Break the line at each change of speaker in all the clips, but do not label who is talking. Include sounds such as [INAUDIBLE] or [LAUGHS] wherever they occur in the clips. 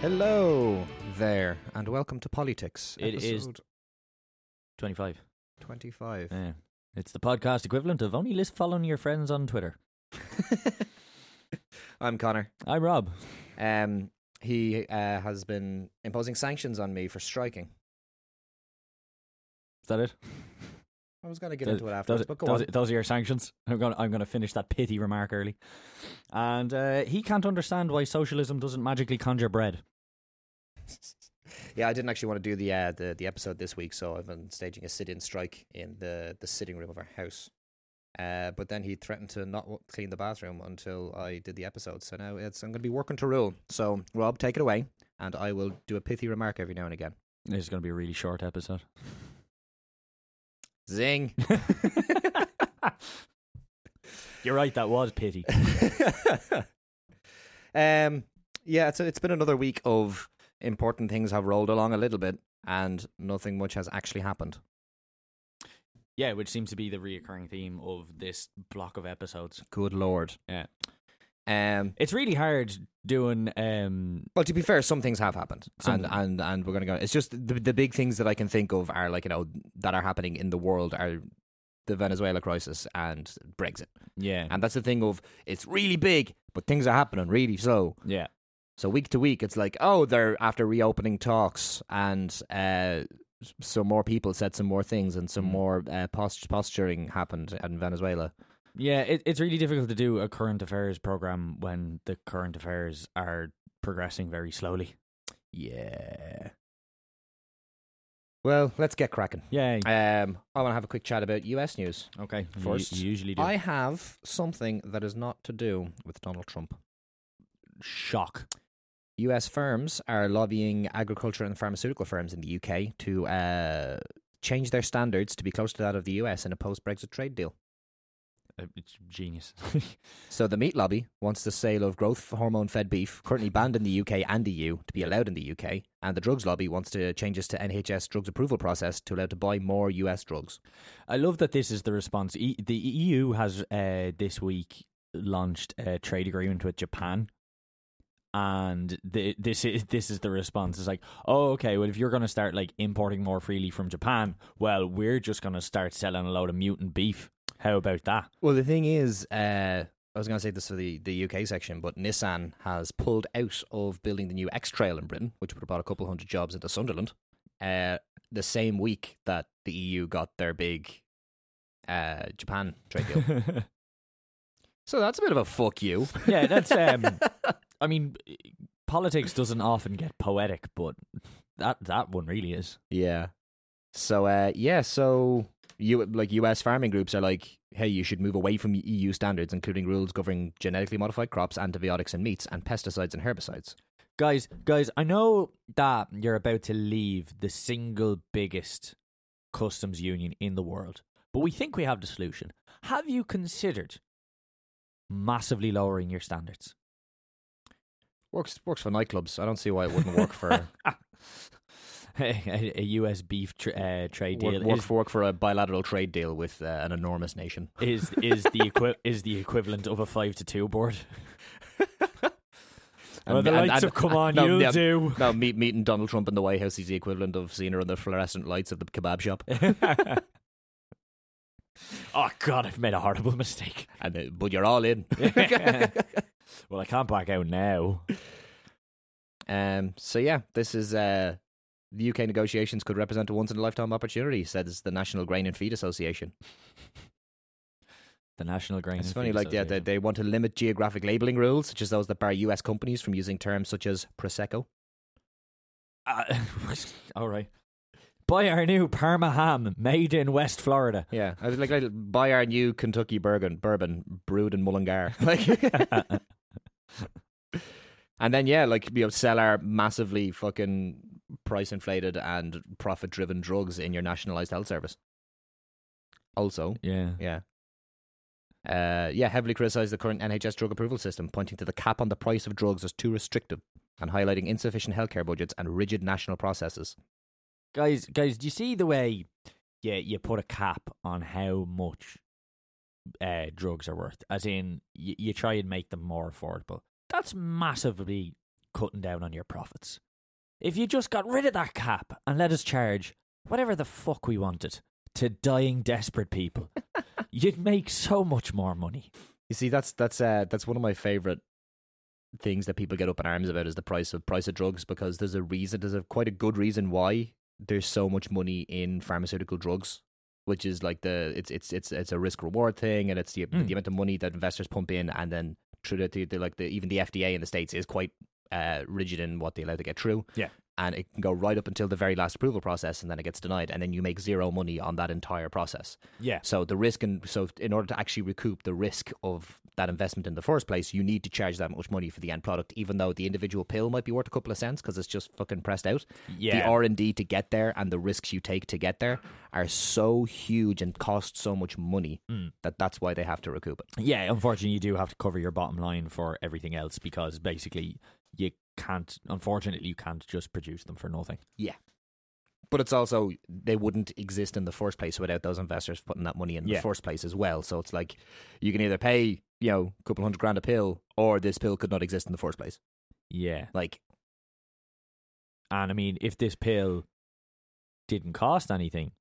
Hello there, and welcome to Politics.
It is-
episode
25.
25.
Yeah. It's the podcast equivalent of only list following your friends on Twitter.
[LAUGHS] I'm Connor.
I'm Rob.
Um, he uh, has been imposing sanctions on me for striking.
Is that it?
I was going to get
Those-
into it
those,
afterwards, but go
those-
on.
those are your sanctions. I'm going to I'm going to finish that pithy remark early. And uh, he can't understand why socialism doesn't magically conjure bread.
Yeah, I didn't actually want to do the, uh, the the episode this week, so I've been staging a sit-in strike in the, the sitting room of our house. Uh, but then he threatened to not w- clean the bathroom until I did the episode. So now it's I'm going to be working to rule. So Rob, take it away, and I will do a pithy remark every now and again.
This is going to be a really
[LAUGHS]
short episode.
Zing.
You're right, that was pithy.
[LAUGHS] um, yeah, it's it's been another week of important things have rolled along a little bit, and nothing much has actually happened.
Yeah, which seems to be the reoccurring theme of this block of episodes.
Good lord.
Yeah.
Um.
It's really hard doing um,
Well, to be fair, some things have happened,
Some-
and and and we're gonna go. It's just the the big things that I can think of are like you know that are happening in the world are the Venezuela crisis and Brexit,
yeah,
and that's the thing of it's really big, but things are happening really slow.
yeah.
So week to week, it's like, oh, they're after reopening talks, and uh, s- some more people said some more things, and some
Mm.
more uh, post- posturing happened in Venezuela.
Yeah, it, it's really difficult to do a current affairs program when the current affairs are progressing very slowly. Yeah.
Well, let's get cracking.
Yay.
Um, I want to have a quick chat about U.S. news.
okay. you-
first,
you, usually do.
I have something that is not to do with Donald Trump.
Shock.
U.S. firms are lobbying agriculture and pharmaceutical firms in the U.K. to uh, change their standards to be close to that of the U.S. in a post-Brexit trade deal.
Uh, It's genius. [LAUGHS]
So the meat lobby wants the sale of growth hormone fed beef, currently banned in the UK and EU, to be allowed in the UK, and the drugs lobby wants to changes to NHS drugs approval process to allow to buy more US drugs.
I love that this is the response. E- the EU has uh, this week launched a trade agreement with Japan. And the, this is this is the response. It's like, oh, okay. Well, if you're going to start like importing more freely from Japan, well, we're just going to start selling a load of mutant beef. How about that?
Well, the thing is, uh, I was going to say this for the, the UK section, but Nissan has pulled out of building the new X Trail in Britain, which would have brought a couple hundred jobs into Sunderland, uh, the same week that the EU got their big uh, Japan trade [LAUGHS] deal.
[LAUGHS]
so that's a bit of a fuck you. [LAUGHS]
yeah, that's. Um, I mean, politics doesn't often get poetic, but that that one really is.
Yeah. So uh yeah, so you like US farming groups are like, hey, you should move away from EU standards, including rules governing genetically modified crops, antibiotics and meats, and pesticides and herbicides.
Guys, guys, I know that you're about to leave the single biggest customs union in the world, but we think we have the solution. Have you considered massively lowering your standards? [LAUGHS]
Works works for nightclubs. I don't see why it wouldn't work
[LAUGHS]
for
a, a US beef tra- uh, trade deal
work, work
is,
for work for a bilateral trade deal with uh, an enormous nation. [LAUGHS]
is is the equi- is the equivalent of a five to two board. Well, the lights have come on,
uh, [LAUGHS] no,
you'll
yeah,
do.
No, meet, meeting Donald Trump in the White House is the equivalent of seeing her on the fluorescent lights of the kebab shop,
[LAUGHS] oh God, I've made a horrible mistake.
[LAUGHS] and uh, but you're all
[LAUGHS]
in. [LAUGHS]
well, I can't back out now.
Um, so yeah, this is uh, the UK negotiations could represent a once in a lifetime opportunity, says the National Grain and Feed Association.
The National Grain.
It's
and
funny,
Feed
like yeah, they,
Association.
they want to limit geographic labeling rules, such as those that bar US companies from using terms such as prosecco.
Uh, [LAUGHS] all right. Buy our new Parma ham made in
[LAUGHS]
West Florida. [LAUGHS]
Yeah, I was like, like buy our new Kentucky bourbon, bourbon brewed in
[LAUGHS]
Mullingar. Like, and then yeah, like you know, sell our massively fucking price inflated and profit driven drugs in your nationalized health service. Also,
Yeah.
Yeah. Uh, yeah, heavily criticised the current NHS drug approval system, pointing to the cap on the price of drugs as too restrictive and highlighting insufficient healthcare budgets and rigid national processes.
Guys, guys, do you see the way yeah, you put a cap on how much uh, drugs are worth? As in, you, you try and make them more affordable. That's massively cutting down on your profits. If you just got rid of that cap and let us charge whatever the fuck we wanted to dying desperate [LAUGHS] people, you'd make so much more money.
You see, that's that's uh, that's one of my favorite things that people get up in arms about is the price of price of drugs because there's a reason, there's a quite a good reason why there's so much money in pharmaceutical drugs, which is like the it's it's it's it's a risk reward thing, and it's the,
Mm.
the amount of money that investors pump in, and then through the, the, the like the even the FDA in the states is quite uh, rigid in what they allow to get through.
Yeah.
And it can go right up until the very last approval process, and then it gets denied, and then you make zero money on that entire process.
Yeah.
So the risk, and so in order to actually recoup the risk of that investment in the first place, you need to charge that much money for the end product, even though the individual pill might be worth a couple of cents because it's just fucking pressed out. The
Yeah.
R and D to get there and the risks you take to get there are so huge and cost so much money that that's why they have to recoup it.
Yeah, unfortunately, you do have to cover your bottom line for everything else because basically you can't, unfortunately, you can't just produce them for nothing.
Yeah. But it's also they wouldn't exist in the first place without those investors putting that money in
Yeah.
the first place as well. So it's like you can either pay you know a couple hundred grand a pill, or this pill could not exist in the first place.
Yeah.
Like
And I mean, if this pill didn't cost anything,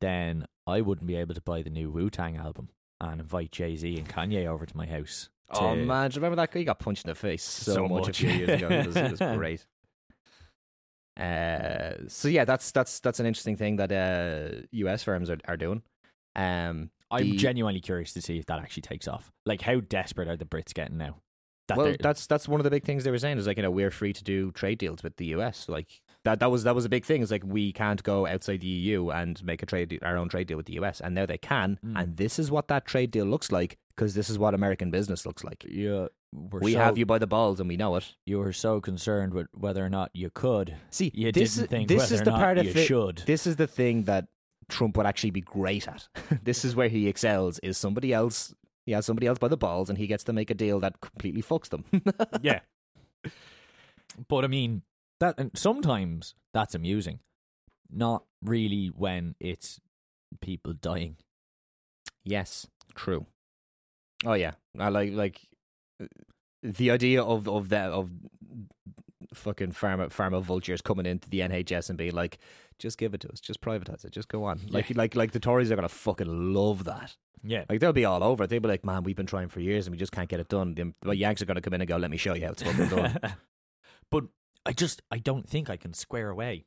then I wouldn't be able to buy the new Wu Tang album and invite Jay Z and Kanye over to my house.
Oh
to-
man, do you remember that guy? He got punched in the face so,
So
much, a
much.
few years ago. It was, it was [LAUGHS] great. Uh, so yeah, that's that's that's an interesting thing that uh, US firms are, are doing. Um,
I'm
the-
genuinely curious to see if that actually takes off. Like, how desperate are the Brits getting now? That
well,
they're-
that's that's one of the big things they were saying is like you know we're free to do trade deals with the US. Like that that was that was a big thing. It's like we can't go outside the EU and make a trade our own trade deal with the US, and now they can.
Mm.
And this is what that trade deal looks like because this is what American business looks like.
yeah, we're
we
so-
have you by the balls, and we know it.
You were so concerned with whether or not you could.
See,
You
this
didn't
is,
think
this
whether
is
or
the
not
part of
you
thi-
should.
This is the thing that Trump would actually be great at. [LAUGHS] this is where he excels: is somebody else. He has somebody else by the balls, and he gets to make a deal that completely fucks them. [LAUGHS]
yeah. But I mean that and sometimes that's amusing. Not really when it's people dying.
yes, true. Oh yeah, I like like uh, the idea of of that of fucking pharma pharma vultures coming into the NHS and being like, just give it to us, just privatize it, just go on. Like like like the Tories are gonna fucking love that.
Yeah.
Like they'll be all over. it. They'll be like, "Man, we've been trying for years and we just can't get it done." The, the Yanks are going to come in and go, "Let me show you how it's fucking
[LAUGHS]
done."
[LAUGHS] but I just I don't think I can square away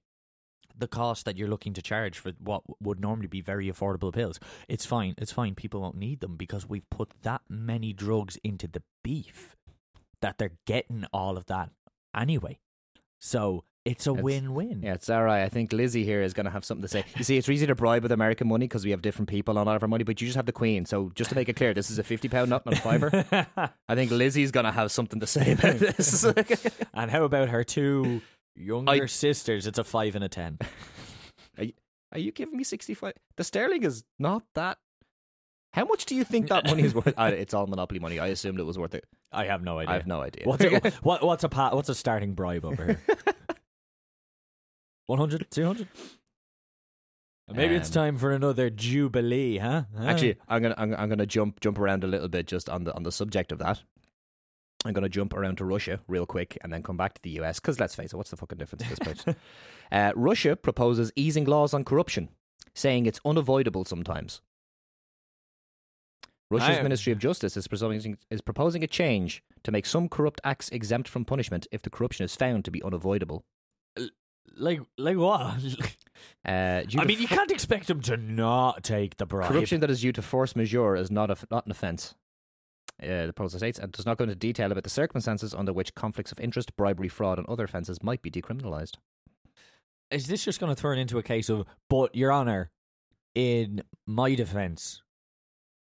the cost that you're looking to charge for what would normally be very affordable pills. It's fine, it's fine. People won't need them because we've put that many drugs into the beef that they're getting all of that anyway. So it's a
It's-
win-win.
yeah, it's all right. I think Lizzie here is going to have something to say. You see, it's easy to bribe with American money because we have different people on all of our money, but you just have the Queen. So just to make it clear, this is a fifty pound not on fiver.
[LAUGHS]
I think Lizzie's going to have something to say about this. [LAUGHS]
and how about her two younger
I-
sisters? It's a five and a ten.
are you giving me sixty five? The sterling is not that. How much do you think that money is worth? [LAUGHS] I, it's all monopoly money. I assumed it was worth it.
I have no
[LAUGHS]
idea.
I have no idea. [LAUGHS]
What's a, what, what's a pa- what's a starting bribe over here? 100, 200? Maybe it's
Um,
time for another jubilee, huh? Huh?
Actually, I'm gonna I'm, I'm gonna jump jump around a little bit just on the on the subject of that. I'm gonna jump around to Russia real quick and then come back to the US because let's face it, what's the fucking difference at this
[LAUGHS]
point? uh, Russia proposes easing laws on corruption, saying it's unavoidable sometimes. Russia's
I-
Ministry of Justice is proposing is proposing a change to make some corrupt acts exempt from punishment if the corruption is found to be unavoidable.
like like what? [LAUGHS]
Uh, due
I
to
mean, you
fo-
can't expect them to not take the bribe.
Corruption that is due to force majeure is not, a, not an offence. Uh, the proposal states and does not go into detail about the circumstances under which conflicts of interest, bribery, fraud, and other offences might be decriminalised.
Is this just going to turn into a case of? But Your Honor, in my defence,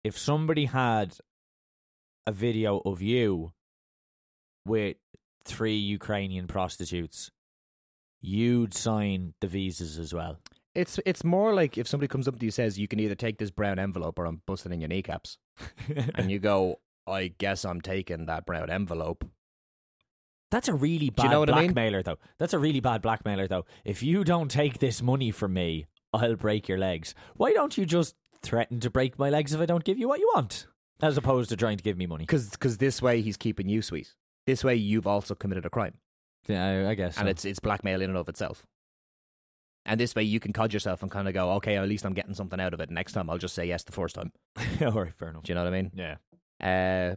if somebody had a video of you with three Ukrainian prostitutes, you'd sign the visas
[LAUGHS]
as well.
It's it's more like if somebody comes up to you and says you can either take this brown envelope or I'm busting in your kneecaps, and you go, I guess I'm taking that brown envelope.
That's a really
Do
bad
you know what I mean?
blackmailer, though. That's a really bad blackmailer, though. If you don't take this money from me, I'll break your legs. Why don't you just threaten to break my legs if I don't give you what you want? As opposed to trying to give me money.
Because this way he's keeping you sweet. This way you've also committed a crime.
Yeah, I, I guess.
and
so.
it's it's blackmail in and of itself. And this way, you can cod yourself and kind of go, okay, at least I'm getting something out of it. Next time, I'll just say yes the first time.
[LAUGHS] all right, fair enough.
Do you know what I mean?
Yeah.
Uh,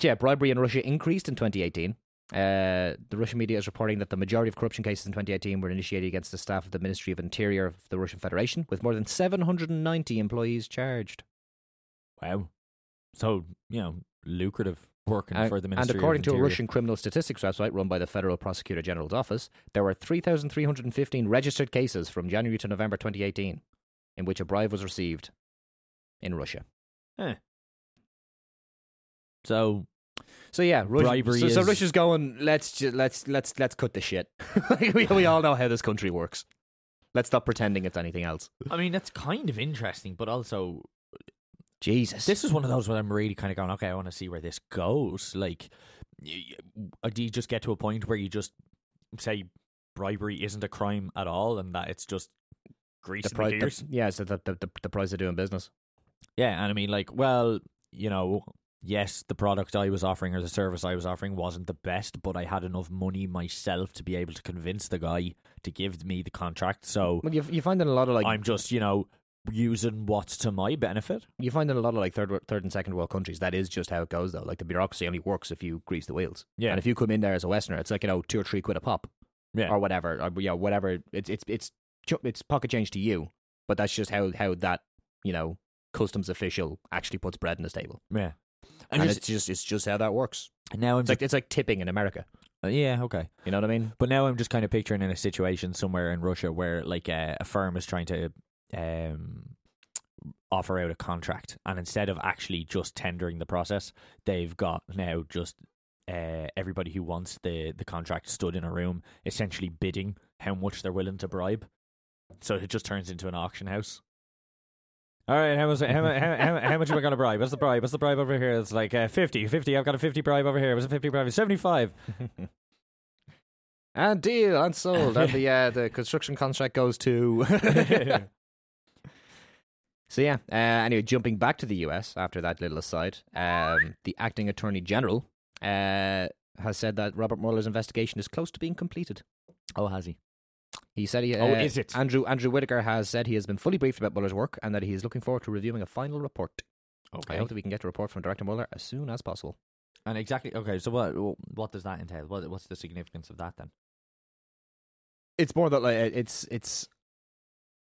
yeah, bribery in Russia increased in 2018. Uh, the Russian media is reporting that the majority of corruption cases in 2018 were initiated against the staff of the Ministry of Interior of the Russian Federation, with more than 790 employees charged.
Wow. So you know, lucrative working
Uh,
for the
and
ministry. of
according to a
Interior.
Russian criminal statistics website run by the Federal Prosecutor General's office, there were 3,315 registered cases from January to November 2018 in which a bribe was received in Russia.
so
So yeah, Russia,
Bribery
so, so
is-
Russia's going. Let's ju- let's let's let's cut the shit. [LAUGHS] we, we all know how this country works. Let's stop pretending it's anything else.
I mean, that's kind of interesting, but also
Jesus,
this is one of those where I'm really kind of going, okay, I want to see where this goes. Like, y- y- uh, do you just get to a point where you just say bribery isn't a crime at all, and that it's just grease
the
in
pri-
the
the-
gears?
yeah, so the, the, the, the price of doing business.
Yeah, and I mean, like, well, you know, yes, the product I was offering or the service I was offering wasn't the best, but I had enough money myself to be able to convince the guy to give me the contract. So
Well, you, you find in a lot of like
I'm just, you know, using what's to my benefit.
you find in a lot of like third wor- third and second world countries that is just how it goes though. Like the bureaucracy only works if you grease the wheels.
Yeah.
and if you come in there as a Westerner, it's like you know two or three quid a pop.
Yeah.
or whatever. Or, yeah, whatever. It's it's it's chu- it's pocket change to you, but that's just how how that you know customs official actually puts bread on his table.
Yeah.
and,
And just,
it's just it's just how that works.
now I'm
It's
just,
like it's like tipping in America.
yeah, okay.
You know what I mean?
But now I'm just kind of picturing in a situation somewhere in Russia where like uh, a firm is trying to um, offer out a contract, and instead of actually just tendering the process, they've got now just uh, everybody who wants the the contract stood in a room, essentially bidding how much they're willing to bribe. So it just turns into an auction house. All right, how much? How, mu- how, how, how much am I going to bribe? What's the bribe? What's the bribe over here? It's like uh, 50, 50. I've got a fifty bribe over here. What's a fifty bribe? Seventy five.
[LAUGHS] And deal and sold, and [LAUGHS] the uh, the construction contract goes [LAUGHS] to. so yeah. Uh, anyway, jumping back to the U.S. after that little aside, um, the acting attorney general uh, has said that Robert Mueller's investigation is close to being completed.
[LAUGHS] Oh, has he?
He said he. Uh,
Oh, is it?
Andrew Andrew Whitaker has said he has been fully briefed about Mueller's work and that he is looking forward to reviewing a final report.
Okay.
I hope that we can get a report from Director Mueller as soon as possible.
And exactly. Okay. So what what does that entail? What what's the significance of that then?
it's more that like it- it's it's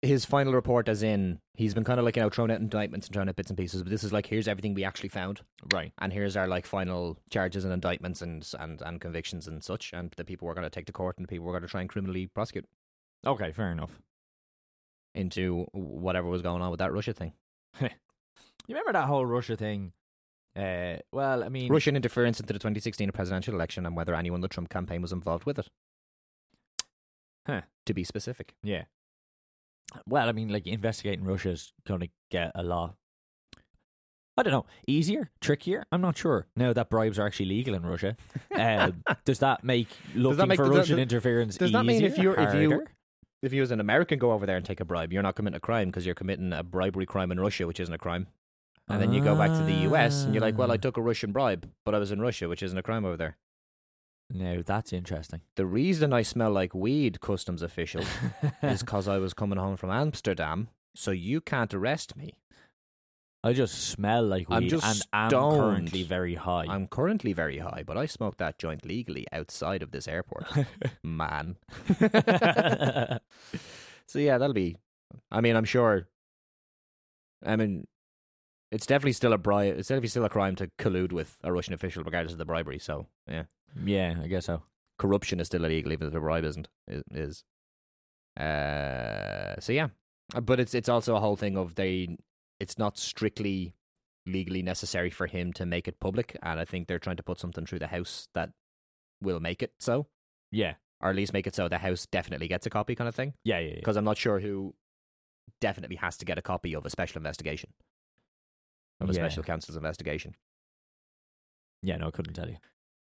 his final report as in he's been kind of like you know thrown out indictments and thrown out bits and pieces but this is like here's everything we actually found
Right.
and here's our like final charges and indictments and and, and convictions and such and the people we're going to take to court and the people we're going to try and criminally prosecute
Okay. Fair enough.
into whatever was going on with that russia thing
You remember that whole Russia thing? Uh, well, I mean,
russian interference into the 2016 presidential election and whether anyone in the trump campaign was involved with it
Huh.
to be specific
Yeah. Well, I mean, like investigating Russia is going to get a lot. I don't know, easier, trickier. I'm not sure. Now that bribes are actually legal
[LAUGHS]
in Russia, um, does that make looking
make-
for
does that-
Russian
does-
interference
does that mean if
easier,
you're- if you-
harder?
if you as an American go over there and take a bribe, you're not committing a crime because you're committing a bribery crime in Russia, which isn't a crime. And then you go back to the US and you're like, well, I
Ah.
took a Russian bribe, but I was in Russia, which isn't a crime over there.
No, that's interesting.
The reason I smell like weed, customs
[LAUGHS]
official, is because I was coming home from Amsterdam, so you can't arrest me.
I just smell like weed
I'm just
and I'm
stoned.
currently very high.
I'm currently very high, but I smoked that joint legally outside of this airport.
[LAUGHS]
Man. So yeah, that'll be. I mean, I'm sure. I mean, it's definitely still a bribe. It's definitely still a crime to collude with a Russian official, regardless of the bribery. So yeah,
[LAUGHS] yeah, I guess so.
corruption is still illegal, even if the bribe isn't. i- Is. Uh. So yeah, Uh, but it's it's also a whole thing of they. It's not strictly legally necessary for him to make it public, and I think they're trying to put something through the house that will make it so,
Yeah,
or at least make it so the house definitely gets a copy, kind of thing
yeah, yeah. yeah.
because I'm not sure who definitely has to get a copy of a special investigation of a
Yeah.
special counsel's investigation.
Yeah, no, I couldn't tell you.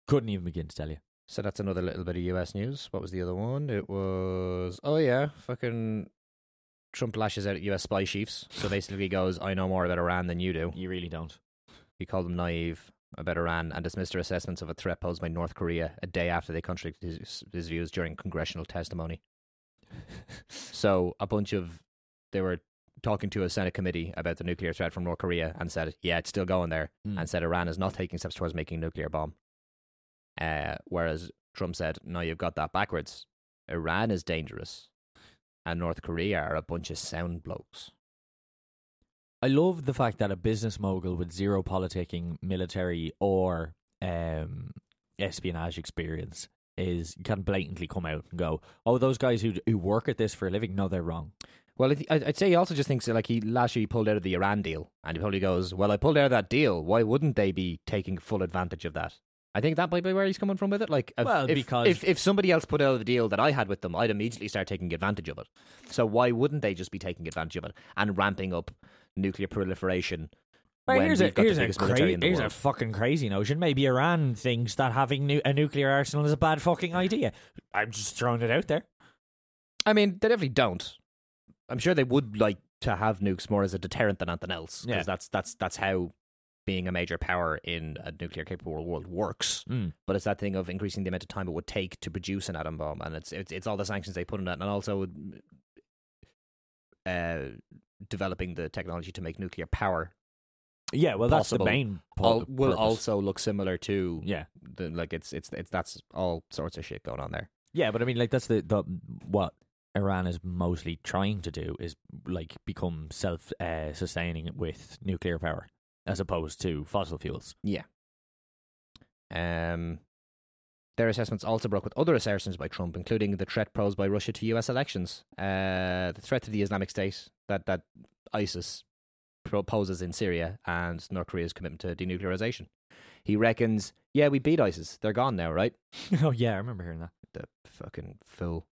Couldn't even begin to tell you.
So that's another little bit of U.S. news. What was the other one? It was oh yeah, fucking Trump lashes out at U.S. spy chiefs. So basically, he goes, "I know more about Iran than you do."
You really don't.
He called them naive. about Iran and dismissed her assessments of a threat posed by North Korea a day after they contradicted his, his views during congressional testimony. so a bunch of they were talking to a Senate committee about the nuclear threat from North Korea and said, "Yeah, it's still going there,"
Hmm.
and said Iran is not taking steps towards making a nuclear bomb. Uh, whereas Trump said, "No, you've got that backwards. Iran is dangerous, and North Korea are a bunch of sound blokes."
I love the fact that a business mogul with zero politicking, military, or um, espionage experience is can blatantly come out and go, "Oh, those guys who who work at this for a living, no, they're wrong."
Well, I th- I'd I'd say he also just thinks that, like he last year he pulled out of the Iran deal, and he probably goes, "Well, I pulled out of that deal. Why wouldn't they be taking full advantage of that?" I think that might be where he's coming from with it. Like, if,
Well,
if-
because-
if, if somebody else put out of the deal that I had with them, I'd immediately start taking advantage of it. So why wouldn't they just be taking advantage of it and ramping up nuclear proliferation?
Right,
when
here's a
we've got the
here's a,
biggest military
cra-
in the
here's a
world?
fucking crazy notion. Maybe Iran thinks that having nu- a nuclear arsenal is a bad fucking idea. I'm just throwing it out there.
I mean, they definitely don't. I'm sure they would like to have nukes more as a deterrent than anything else, because
Yeah.
that's that's that's how being a major power in a nuclear capable world works.
Mm.
But it's that thing of increasing the amount of time it would take to produce an atom bomb, and it's it's, it's all the sanctions they put on that, and also uh, developing the technology to make nuclear power
Yeah, well,
Possible.
that's the main pu-
all, will
purpose.
also look similar to
yeah,
the, like it's it's it's that's all sorts of shit going on there.
yeah, but I mean, like that's the, the what Iran is mostly trying to do is like become self uh, sustaining with nuclear power as opposed to fossil
[LAUGHS]
fuels.
Um, their assessments also broke with other assertions by Trump, including the threat posed by Russia to U.S. elections, uh, the threat to the Islamic State that that ISIS pro- poses in Syria, and North Korea's commitment to denuclearization. He reckons, yeah, we beat ISIS. They're gone now, right?
oh yeah, I remember hearing that.
The fucking fool.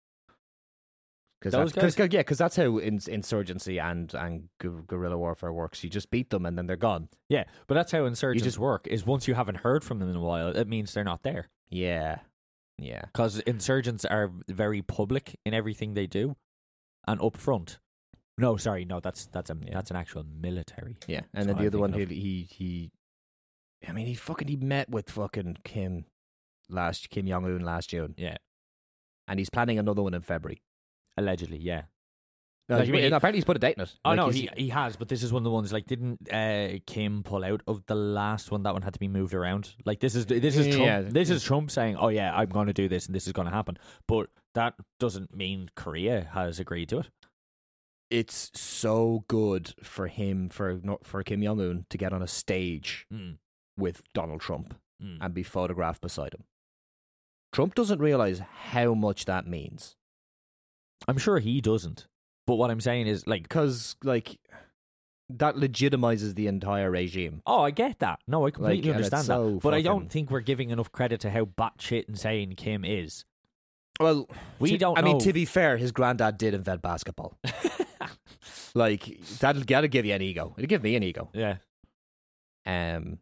Cause
Those
that's- 'cause- yeah, because that's how ins- insurgency and, and gu- guerrilla warfare works. You just beat them and then they're gone.
Yeah, but that's how insurgents
just-
work. Is once you haven't heard from them in a while, it means they're not there.
Yeah. Yeah.
because insurgents are very public in everything they do and upfront. No, sorry, no, that's that's a
Yeah.
that's an actual military.
Yeah, and
what
then the
I'm
other one, he,
thinking
he he, I mean, he fucking he met with fucking Kim last Kim Jong Un last June,
Yeah,
and he's planning another one in February.
allegedly, yeah.
No,
Like,
he-
you mean-
no, apparently he's put a date in it.
Oh
Like,
no,
he's-
he he has, but this is one of the ones like didn't uh, Kim pull out of the last one? That one had to be moved around. Like this is this is Trump,
Yeah.
this is Trump saying, "Oh yeah, I'm going to do this and this is going to happen," but that doesn't mean Korea has agreed to it.
it's so good for him for Nor- for Kim Jong Un to get on a stage
Mm,
with Donald Trump
mm.
and be photographed beside him. Trump doesn't realize how much that means
I'm sure he doesn't. But what I'm saying is, like,
because like that legitimizes the entire regime.
Oh, I get that. No, I completely
and it's
understand that.
so
but I
fucking-
don't think we're giving enough credit to how batshit insane Kim is.
Well,
We
to-
don't
I mean,
know.
to be fair, his granddad did invent
[LAUGHS]
basketball. like that'll that'll give you an ego. It'll give me an ego.
Yeah.
Um.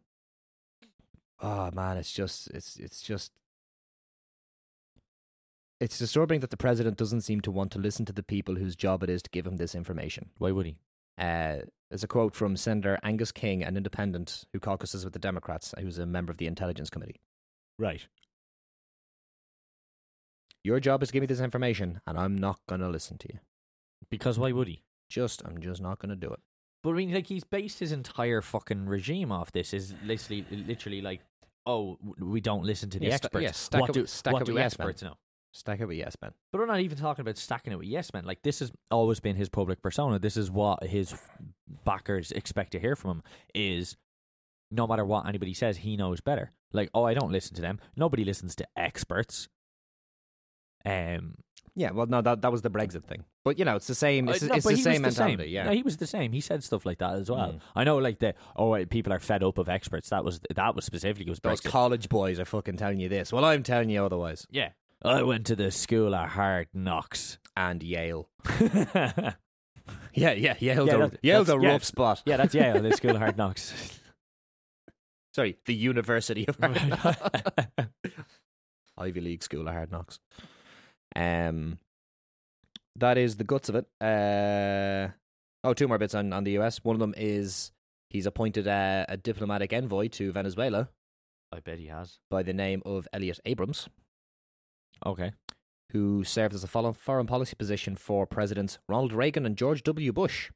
Oh man, it's just it's it's just it's disturbing that the president doesn't seem to want to listen to the people whose job it is to give him this information.
Why would he?
Uh, there's a quote from Senator Angus King, an independent who caucuses with the Democrats, who's a member of the Intelligence Committee.
Right.
Your job is to give me this information, and I'm not gonna listen to you.
Because why would he?
Just, I'm just not gonna do it.
But I mean, like, he's based his entire fucking regime off this. Is literally, literally like, oh, w- we don't listen to the
Yeah, sta-
experts.
yeah, stack
what
it
do,
with- stack
what
it
do
with yes, man.
experts know?
Stack it with yes, man.
But we're not even talking about stacking it with yes men. Like this has always been his public persona. This is what his backers expect to hear from him is no matter what anybody says, he knows better. Like, oh, I don't listen to them. Nobody listens to experts. Um,
Yeah, well, no, that that was the Brexit thing, but you know, it's the same. It's,
uh, no,
it's
but
the
he
same
was the
mentality.
same.
Yeah,
No, he was the same. He said stuff like that as well.
Mm.
I know, like the oh, uh, people are fed up of experts. That was that was specifically was
those
Brexit.
college boys are fucking telling you this. Well, I'm telling you otherwise.
yeah, I went to the school of hard knocks.
And Yale. [LAUGHS]
yeah,
Yeah, yeah, Yale's
Yeah,
a,
that's-
Yale's a
that's- yeah.
rough spot.
that's [LAUGHS] yeah, the school
[LAUGHS]
of hard knocks. [LAUGHS]
Sorry, the University of Hard Knocks. [LAUGHS] Ivy League School of Hard Knocks. Um, that is the guts of it. Uh, oh, two more bits on on the US. One of them is he's appointed a, a diplomatic envoy to Venezuela
I bet he has.
by the name of Elliot Abrams,
Okay.
who served as a follow- foreign policy position for Presidents Ronald Reagan and George W. Bush,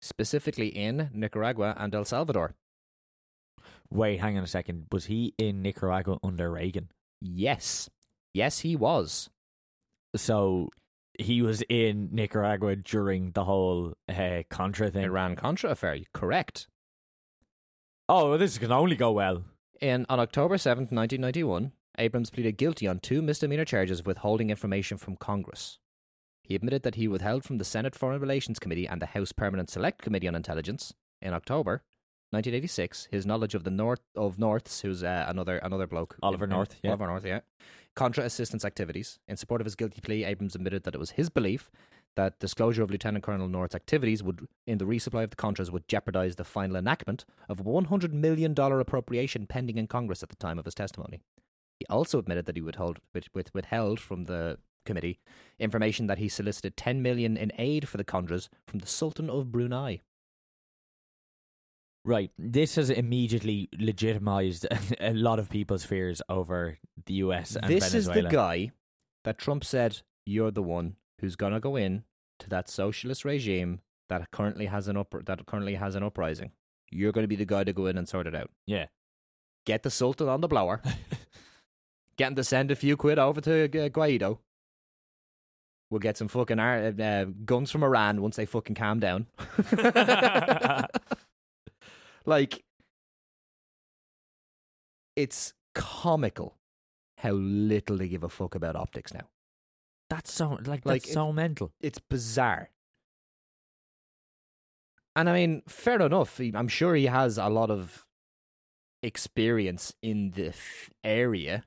specifically in Nicaragua and El Salvador.
Wait, hang on a second. Was he in Nicaragua under Reagan?
Yes. Yes, he was.
So he was in Nicaragua during the whole uh, Contra thing.
Iran Contra affair. Correct.
Oh, this can only go well.
In on October seventh, 1991, Abrams pleaded guilty on two misdemeanor charges of withholding information from Congress. He admitted that he withheld from the Senate Foreign Relations Committee and the House Permanent Select Committee on Intelligence in October 1986 his knowledge of the North of Norths, who's uh, another another bloke,
Oliver North, yeah.
Oliver North, yeah, contra assistance activities. In support of his guilty plea, Abrams admitted that it was his belief that disclosure of Lieutenant Colonel North's activities would, in the resupply of the contras, would jeopardize the final enactment of a 100 million dollar appropriation pending in Congress at the time of his testimony. He also admitted that he withheld, with, with, withheld from the committee information that he solicited 10 million in aid for the Contras from the Sultan of Brunei.
Right. This has immediately legitimized [LAUGHS] a lot of people's fears over the US and
this
Venezuela.
is the guy that Trump said you're the one who's gonna go in to that socialist regime that currently has an up- that currently has an uprising. You're gonna be the guy to go in and sort it out.
Yeah.
Get the Sultan on the blower. Get him to send a few quid over to uh, Guaido. We'll get some fucking ar- uh, uh, guns from Iran once they fucking calm down. [LAUGHS] like, it's comical how little they give a fuck about optics now.
That's so like,
Like,
that's
it-
so mental.
It's bizarre. And I mean, fair enough. he- I'm sure he has a lot of experience in the f- area.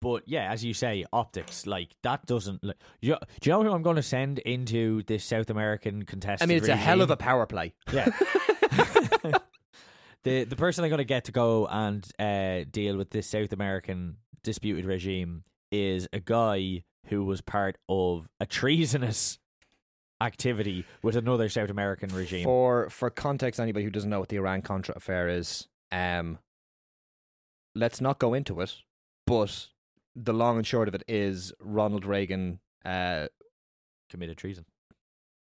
But yeah, as you say, optics like that doesn't. Like, you, do you know who I'm going to send into this South American contest?
I mean, it's a hell of a power play.
yeah. [LAUGHS] the the person I'm going to get to go and uh, deal with this South American disputed regime is a guy who was part of a treasonous activity with another South American regime.
For for context, anybody who doesn't know what the Iran Contra affair is, um, let's not go into it. But the long and short of it is Ronald Reagan, uh,
Committed treason.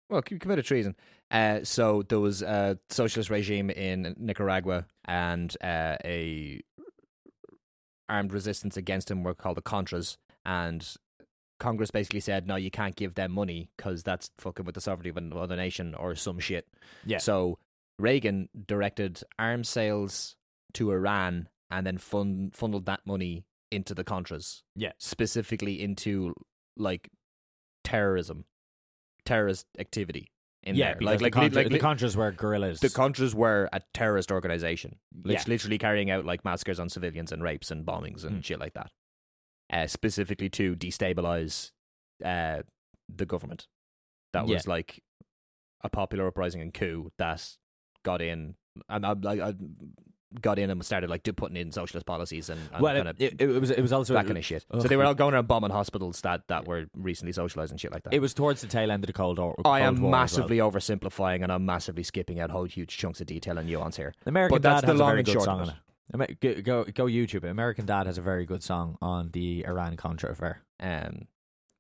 well, c- committed treason. Uh, so there was a socialist regime in Nicaragua, and uh, a armed resistance against him were called the Contras, and Congress basically said, no, you can't give them money because that's fucking with the sovereignty of another nation or some shit.
Yeah.
So Reagan directed arms sales to Iran and then fund, funneled that money into the Contras.
Yeah.
Specifically into like terrorism, terrorist activity in
yeah,
there.
because
Like,
the,
like,
Contra-
like,
the Contras were guerrillas.
the Contras were a terrorist organization, which
Yeah.
literally carrying out like massacres on civilians and rapes and bombings and
Mm.
shit like that, uh, specifically to destabilize uh, the government. That
Yeah.
was like a popular uprising and coup that got in and I, like I got in and started like do- putting in socialist policies and, and
well,
kind
it, it, it was it was also
that kind of shit. so
Ugh.
they were all going around bombing hospitals that, that were recently socialized and shit like that.
It was towards the tail end of the Cold War.
I
Cold
am
War as well.
massively oversimplifying and I'm massively skipping out whole huge chunks of detail and nuance here.
American
But that's
Dad
the
has
long
a very
and
good
short
song
of
on it. Amer- Go, go go YouTube it. American Dad has a very good song on the Iran Contra affair.
Um,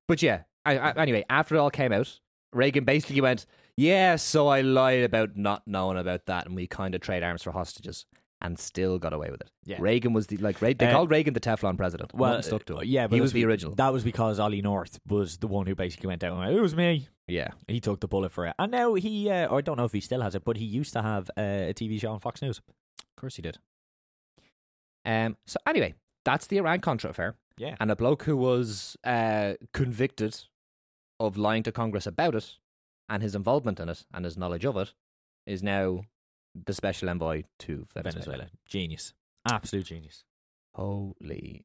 but yeah, I, I, anyway, after it all came out, Reagan basically went, Yeah, so I lied about not knowing about that, and we kind of trade arms for hostages and still got away with it.
Yeah.
Reagan was the, like, Re- they
Uh,
called Reagan the Teflon president. Nothing stuck to
uh,
him.
yeah, but
he was
that's-
the original.
That was because Ollie North was the one who basically went out and went, "It was me."
yeah.
He took the bullet for it, and now he, uh, or I don't know if he still has it, but he used to have uh, a TV show on Fox News.
Of course he did. Um, so anyway, that's the Iran Contra affair,
Yeah,
and a bloke who was uh, convicted of lying to Congress about it and his involvement in it and his knowledge of it is now the special envoy to Venezuela.
Venezuela, genius, absolute genius.
Holy,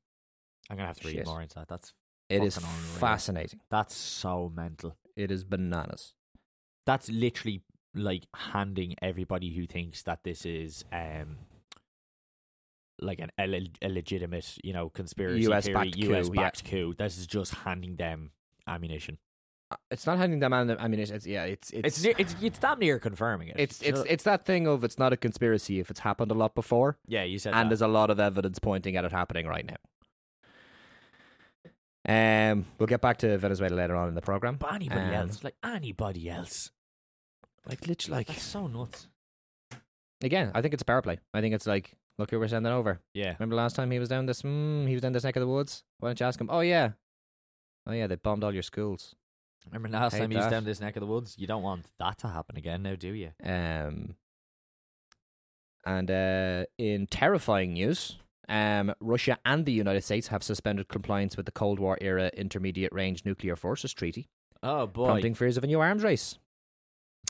I'm gonna have to read
Shit.
more into that. That's
it is
Fucking unreal.
fascinating.
that's so mental.
It is bananas.
That's literally like handing everybody who thinks that this is um like an a, le- a legitimate, you know, conspiracy
US
theory,
backed coup,
US backed coup. This is just handing them ammunition.
Uh, it's not handing them ammu- ammunition. It's, yeah, it's it's
It's
it's
ne- it's it's damn near confirming it.
it's,
So-
it's that thing of it's not a conspiracy if it's happened a lot before,
yeah, you said
and
that.
there's a lot of evidence pointing at it happening right now. Um, we'll get back to Venezuela later on in the program.
But anybody
um,
else, like anybody else,
Like literally, like
that's so nuts.
again, I think it's a power play. I think it's like look who we're sending over.
Yeah,
Remember last time he was down this? Mm, he was down this neck of the woods. Why don't you ask him? Oh yeah, oh yeah, they bombed all your schools.
remember last
Hate
time you was
that.
down this neck of the woods? You don't want that to happen again, now, do you?
Um, and uh, in terrifying news, um, Russia and the United States have suspended compliance with the Cold War era Intermediate Range Nuclear Forces Treaty,
Oh boy,
prompting fears of a new arms race,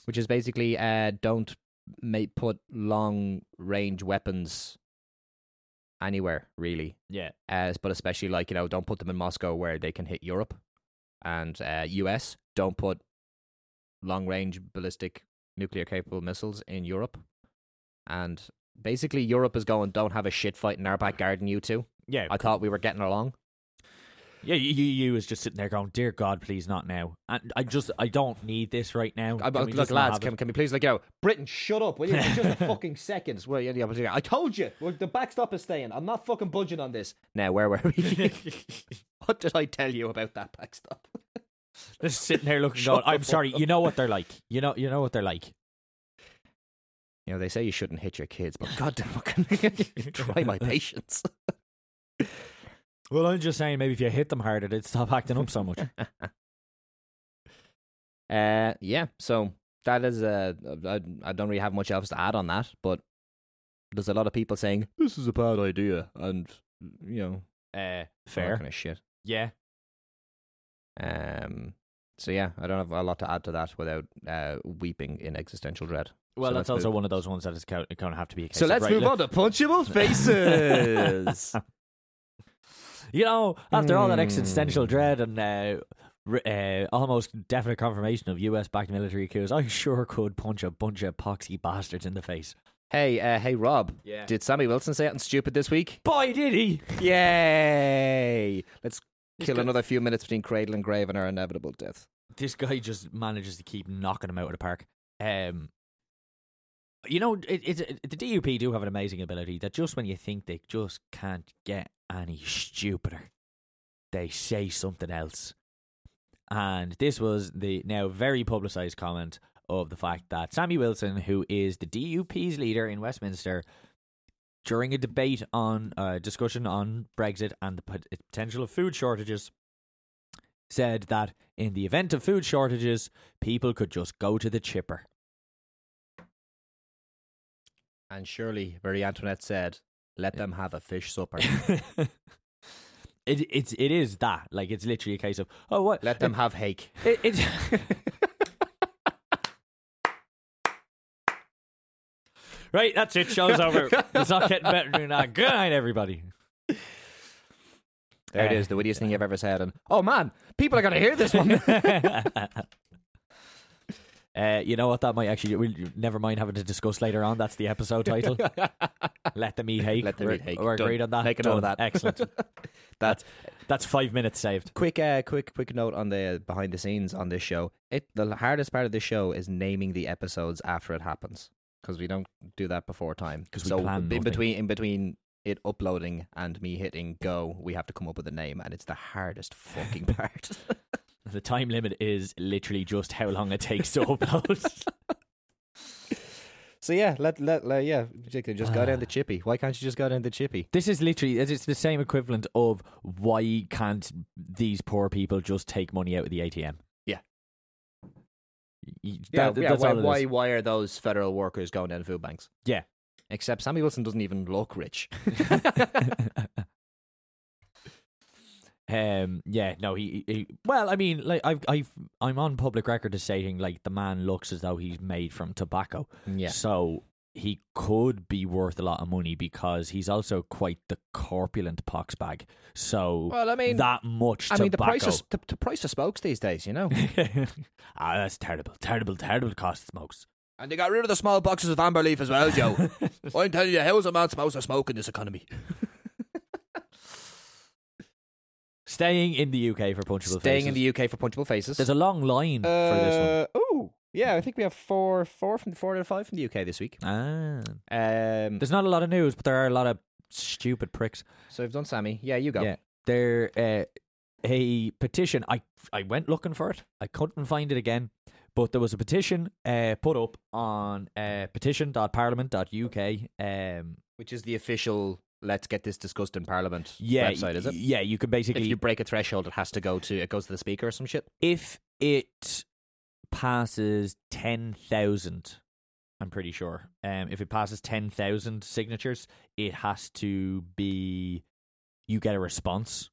which is basically uh, don't ma- put long range weapons anywhere really
yeah,
as but especially like you know don't put them in Moscow where they can hit Europe and uh, US don't put long range ballistic nuclear capable missiles in Europe and basically Europe is going don't have a shit fight in our back garden you two
yeah,
I thought we were getting along
yeah. You, you, you was just sitting there going, "Dear God, please not now." And I just, I don't need this right now.
I,
Can
I-
we
look
just not
lads
have
can,
it?
can we please like you know, Britain shut up will you for just [LAUGHS] a fucking second well, yeah, yeah, I told you well, the backstop is staying I'm not fucking budging on this now where were we [LAUGHS] what did I tell you about that backstop
[LAUGHS] just sitting there looking.
Shut
Going,
the
I'm
fuck
sorry.
up."
You know what they're like. You know, you know what they're like.
You know, they say you shouldn't hit your kids, [LAUGHS] but goddamn, fucking [LAUGHS] try [LAUGHS] my
[LAUGHS]
patience.
Well, I'm just saying, maybe if you hit them harder, they'd stop acting
[LAUGHS]
up so much.
Uh, yeah. So that is uh, I, I don't really have much else to add on that, but there's a lot of people saying this is a bad idea, and you know, all
Uh,
that
fair.
kind of shit.
Yeah.
Um. So yeah, I don't have a lot to add to that without uh, weeping in existential dread.
Well,
So
that's
let's
also
move-
one of those ones that is going to have to be. A case
so
of,
let's
right,
move
let-
on to punchable
[LAUGHS]
faces.
You know, after all that
Hmm.
existential dread and uh, r- uh, almost definite confirmation of US-backed military coups, I sure could punch a bunch of poxy bastards in the face.
hey, uh, hey, Rob.
Yeah.
Did Sammy Wilson say anything stupid this week?
Boy, did he!
Yay! Let's
He's
kill
got-
another few minutes between Cradle and Grave and our inevitable death.
This guy just manages to keep knocking him out of the park. Um, you know, it, it, it- the DUP do have an amazing ability that just when you think they just can't get any stupider, they say something else. And this was the now very publicised comment of the fact that Sammy Wilson, who is the DUP's leader in Westminster, during a debate on uh, discussion on Brexit and the pot- potential of food shortages, said that in the event of food shortages, people could just go to the chipper. [LAUGHS]
And surely Marie Antoinette said, "Let them have a fish [LAUGHS] supper.
it it's it is that like it's literally a case of oh what
Let them have hake."
it, it, [LAUGHS] right that's it show's over it's not getting better than that good night everybody
There it
Uh,
is, the wittiest thing you've ever said. And oh man, people are gonna hear this [LAUGHS]
[LAUGHS]
one.
Uh, you know what? That might actually. We'll, never mind having to discuss later on. That's the episode [LAUGHS] title. Let them eat hake.
Let them
We're-
eat hake.
We're
Done.
agreed on that.
Make a note of
Done.
that.
Excellent.
That's
[LAUGHS] That's five minutes saved.
quick. Uh, quick, quick note on the behind the scenes on this show. It the hardest part of this show is naming the episodes after it happens because we don't do that before time.
'Cause we
so
plan
in
nothing.
between, in between it uploading and me hitting go, we have to come up with a name, and it's the hardest [LAUGHS] fucking part.
The time limit is literally just how long it takes to upload.
So yeah, let let, let yeah, particularly just go down [SIGHS] the chippy. Why can't you just go down the chippy?
[LAUGHS] this is literally it's the same equivalent of why can't these poor people just take money out of the ATM?
Yeah.
Y-
Yeah,
that-
yeah.
that's
why
all it is.
why, why are those federal workers going down food banks?
Yeah.
Except Sammy Wilson doesn't even look
[LAUGHS]
rich.
um. Yeah. No. He, he. Well, I mean, like, I've, I've, I'm on public record as stating like the man looks as though he's made from tobacco.
Yeah.
So he could be worth a lot of money because he's also quite the corpulent pox bag. So
Well, I mean,
that much.
I
tobacco.
mean the price of the, the price of smokes these days, you know.
[LAUGHS] ah, that's terrible, terrible, terrible cost of smokes.
and they got rid of the small boxes of amber leaf as well,
[LAUGHS]
Joe. I'm telling [LAUGHS] you, how's a man supposed to smoke in this economy?
Staying in the UK for punchable
Staying
faces.
in the UK for Punchable Faces.
There's a long line for this one.
Oh, yeah. I think we have four, four from four out of five from the UK this week.
Ah.
Um,
There's not a lot of news, but there are a lot of stupid pricks.
so I've done Sammy. Yeah, you go.
Yeah. There uh, a petition I I went looking for it. I couldn't find it again. But there was a petition uh, put up on uh, petition.parliament.uk um
Which is the official "Let's get this discussed in Parliament"
yeah,
website, is it?
Yeah, you can
If
basically
you break a threshold, it has to go to it goes to the speaker or some shit.
if it passes 10,000 I'm pretty sure um if it passes 10,000 signatures it has to be you get a response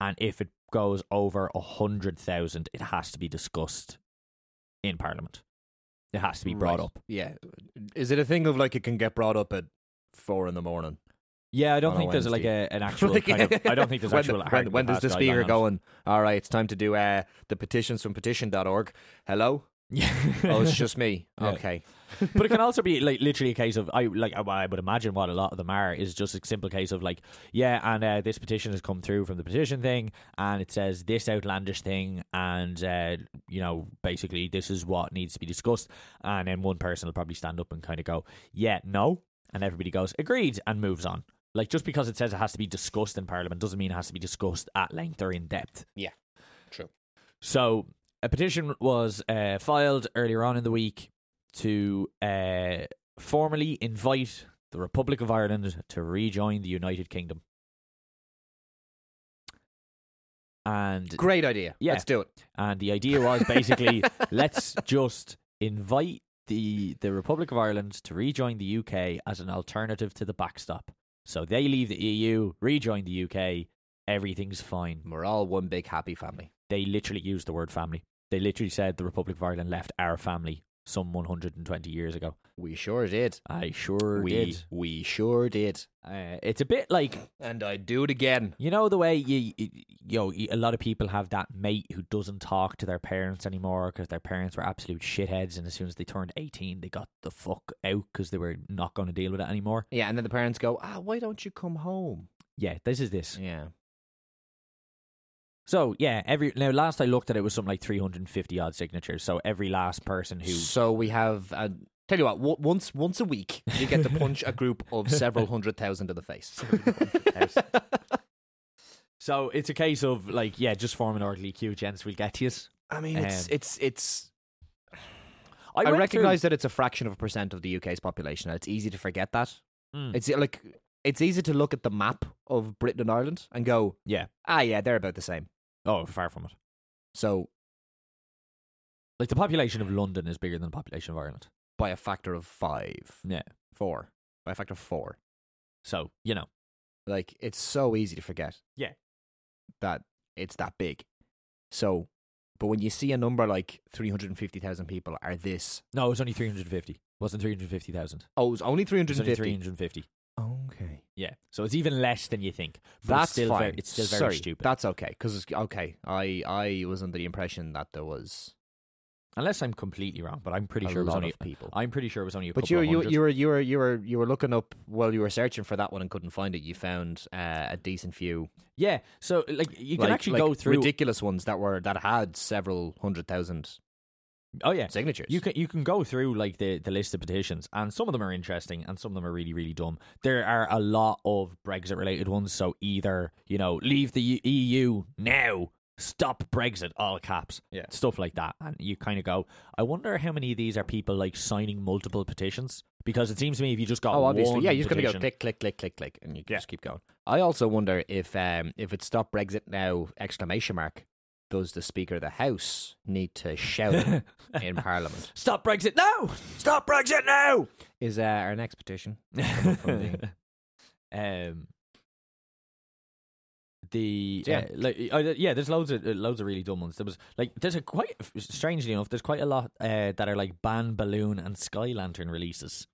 and if it goes over 100,000 it has to be discussed in parliament it has to be brought
Right.
up
Yeah. Is it a thing of like it can get brought up at four in the [LAUGHS] morning?
yeah i don't
On a
think there's like a, an actual
[LAUGHS] Like-
kind of, i don't think there's
when,
actual
the-
hard
when, when
and
does the
fast
speaker
guideline [LAUGHS] on it.
going? All right, it's time to do uh, the petitions from petition.org. Hello.
yeah
Oh,
[LAUGHS]
it's just [LAUGHS] me.
Yeah.
Okay.
but it can also be like literally a case of I like I- I would imagine what a lot of them are is just a simple case of like yeah and uh, this petition has come through from the petition thing and it says this outlandish thing and uh, you know basically this is what needs to be discussed and then one person will probably stand up and kind of go yeah no and everybody goes agreed and moves on like just because it says it has to be discussed in parliament doesn't mean it has to be discussed at length or in depth
Yeah. True.
so a petition was uh, filed earlier on in the week to uh, formally invite the Republic of Ireland to rejoin the United Kingdom. And
Great idea.
Yeah.
Let's do it.
and the idea was basically let's just invite the the Republic of Ireland to rejoin the UK as an alternative to the backstop. So they leave the EU, rejoin the UK, everything's fine
We're all one big happy family.
they literally used the word family. They literally said the Republic of Ireland left our family some 120 years ago.
We sure did.
I sure
we
did.
we sure did.
Uh, it's a bit like
And I do it again.
you know the way you, you you know you- a lot of people have that mate who doesn't talk to their parents anymore because their parents were absolute shitheads, and as soon as they turned 18, they got the fuck out because they were not going to deal with it anymore.
Yeah, and then the parents go, "Ah, why don't you come home?"
Yeah, this is this.
Yeah.
So yeah, every now last I looked at it was something like 350 odd signatures. So every last person who
So we have. Uh, tell you what, w- once once a week, you get to punch a group of
[LAUGHS]
several hundred thousand in the face.
So it's a case of like, yeah, just form an orderly queue, gents. We'll get you.
[LAUGHS] I mean, it's
Um,
it's it's.
I,
I
went
recognize that it's a fraction of a percent of the UK's population, and it's easy to forget that.
through- Mm.
It's like it's easy to look at the map of Britain and Ireland and go,
yeah.
"Ah, yeah, they're about the same."
Oh, far from it.
So
Like the population of London is bigger than the population of Ireland.
by a factor of five,
Yeah.
four, by a factor of four,
So you know.
like it's so easy to forget.
Yeah.
that it's that big. So, but when you see a number like three hundred and fifty thousand people are this,
No, it was only three hundred fifty. Wasn't three hundred fifty thousand.
oh, it was only three
It
hundred
was
and
only three
fifty.
hundred fifty.
Okay,
Yeah. So it's even less than you think. But
that's
it's still
fine.
Very, it's still very
Sorry,
stupid.
That's okay because okay, I I was under the impression that there was
Unless I'm completely wrong, but I'm pretty
a
sure it was
lot
only.
of people.
I'm pretty sure it was only a
But
couple
you were,
of
you,
hundred.
you were you were you were you were looking up while you were searching for that one and couldn't find it. You found uh, a decent few.
yeah. So like you can
like-
actually
like
go through.
ridiculous ones that were that had several hundred thousand
oh yeah.
signatures.
You can you can go through like the, the list of petitions, and some of them are interesting, and some of them are really really dumb. There are a lot of Brexit related ones. So either you know leave the E- EU now, stop Brexit, all caps,
Yeah.
stuff like that, and you kind of go, I wonder how many of these are people like signing multiple petitions because it seems to me if you just got
Oh, obviously,
one
yeah. You're just gonna go
petition-
click, click, click, click, click, and you can
Yeah.
just keep going. I also wonder if um if it's stop Brexit now exclamation mark does the Speaker of the House need to
[LAUGHS]
shout it in Parliament?
Stop Brexit now! Stop Brexit now!
Is uh, our next petition? from
[LAUGHS] um, the
Yeah.
yeah, like uh, yeah, there's loads of uh, loads of really dumb ones. There was like there's a quite strangely enough, there's quite a lot uh, that are like ban balloon and sky lantern releases.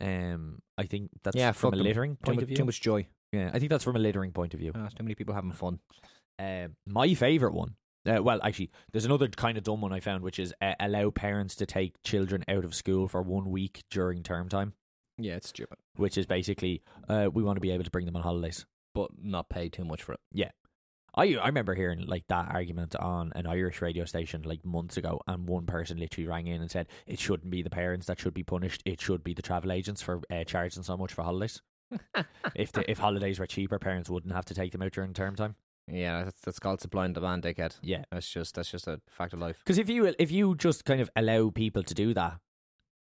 Um, I think that's
Yeah,
from
fuck
a
them.
littering
Too,
point
much,
of view. Oh.
too much joy.
Yeah, I think that's from a littering point of view.
Ah, there's too many people having fun.
Um, my favorite one. Uh, well, actually, there's another kind of dumb one I found, which is uh, allow parents to take children out of school for one week during term time,
Yeah, it's stupid,
which is basically uh, we want to be able to bring them on holidays.
but not pay too much for it.
Yeah. I I remember hearing like that argument on an Irish radio station like months ago, and one person literally rang in and said it shouldn't be the parents that should be punished; it should be the travel agents for uh, charging so much for holidays. if the, if holidays were cheaper, parents wouldn't have to take them out during term time.
Yeah, that's, that's called supply and demand, dickhead.
Yeah,
That's just that's just a fact of life.
because if you if you just kind of allow people to do that,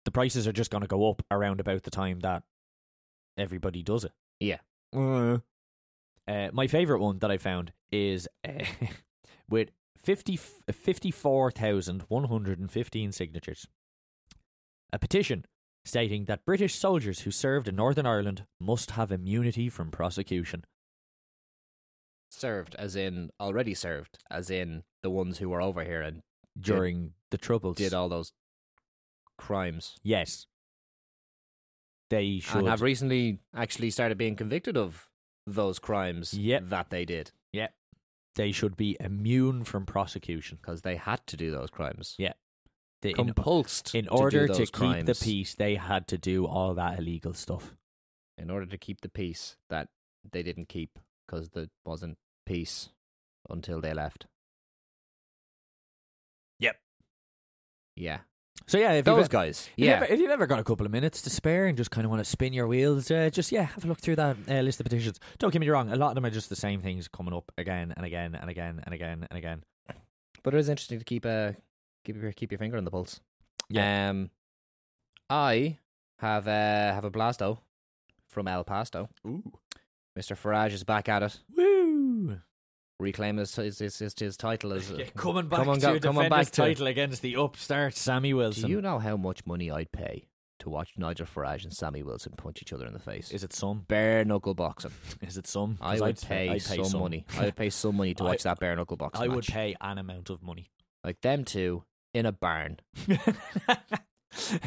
the prices are just going to go up around about the time that everybody does it.
Yeah.
Uh, my favorite one that I found is uh, [LAUGHS] with 50, 54,115 signatures. A petition stating that British soldiers who served in Northern Ireland must have immunity from prosecution.
Served as in already served, as in the ones who were over here and
during the troubles.
did all those crimes
yes, they should.
and have recently actually started being convicted of those crimes
Yep.
that they did
they should be immune from prosecution.
because they had to do those crimes.
Yeah. They, in,
Compulsed
in
to do
order to,
those
keep the
crimes.
peace, they had to do all that illegal stuff.
in order to keep the peace that they didn't keep because there wasn't peace until they left.
Yep.
Yeah.
So yeah, if you've,
those
e-
guys.
if you've
Yeah.
ever, if you've ever got a couple of minutes to spare and just kind of want to spin your wheels, uh, just yeah, have a look through that uh, list of petitions. Don't get me wrong; a lot of them are just the same things coming up again and again and again and again and again.
But it is interesting to keep uh, keep your keep your finger on the pulse.
Yeah.
Um, I have uh, have a blasto from El Pasto.
Ooh,
Mr. Farage is back at it,
woo!
reclaiming his his, his, his, his title
[LAUGHS]
as
Yeah, coming back
Come on,
to
go-
defend
come on back
his
to-
title against the upstart Sammy Wilson.
Do you know how much money I'd pay to watch Nigel Farage and Sammy Wilson punch each other in the face?
Is it some? [LAUGHS]
bare knuckle boxing.
Is it some?
I
'Cause
would
I'd
pay, some,
[LAUGHS]
money. I would pay some money to
I-
watch that bare knuckle boxing.
I would
match.
pay an amount of money. [LAUGHS]
like them two in a barn.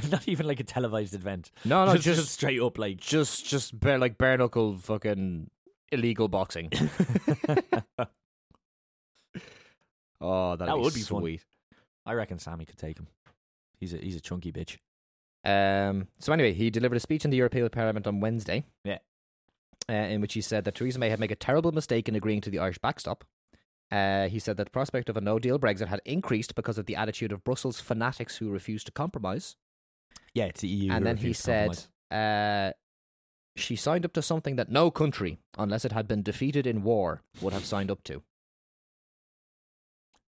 Not even like a televised event.
No,
just, Oh, just straight up like. [LAUGHS]
just just bare like bare knuckle fucking illegal
[LAUGHS]
boxing. oh, that'd
That
be
would be fun.
sweet.
I reckon Sammy could take him. He's a he's a chunky bitch.
Um, so anyway, he delivered a speech in the European Parliament on Wednesday.
Yeah.
Uh, in which he said that Theresa May had made a terrible mistake in agreeing to the Irish backstop. Uh, he said that the prospect of a no deal Brexit had increased because of the attitude of Brussels fanatics who refused to compromise.
Yeah, it's the EU.
and
who
then he
refuse to
said,
compromise.
uh, she signed up to something that no country, unless it had been defeated in war, would have signed up to.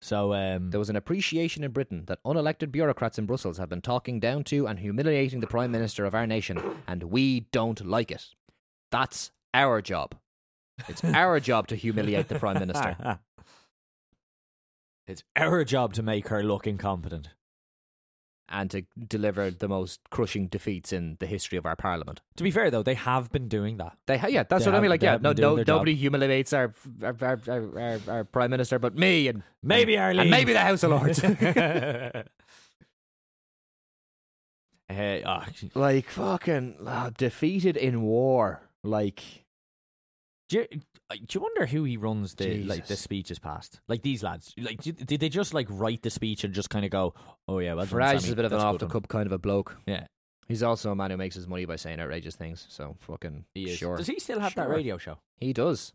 "So um,
There was an appreciation in Britain that unelected bureaucrats in Brussels have been talking down to and humiliating the Prime Minister of our nation, and we don't like it. That's our job.
[LAUGHS]
It's our job to humiliate the Prime Minister.
it's our job to make her look incompetent."
and to deliver the most crushing defeats in the history of our Parliament.
To be fair, though, they have been doing that.
They, ha- yeah, that's
They
what I
have-
mean. Like,
they
yeah,
have
no,
been doing
no,
their job.
nobody humiliates our our, our, our, our our Prime Minister, but me and
Maybe
and,
our
and
league.
maybe the House of
[LAUGHS]
Lords. [LAUGHS]
uh, ah,
like fucking ah, defeated in war. Like
Do you, uh, do you wonder who he runs the like the
Jesus.
speeches past? Like these lads, like do- did they just like write the speech and just kind of go, "Oh yeah, well done,
Farage is
Sammy,
a bit of an
that's a
off
good
the
one."
cup kind of a bloke.
Yeah.
He's also a man who makes his money by saying outrageous things. So fucking
He is.
sure,
Does he still have that
Sure.
radio show?
he does.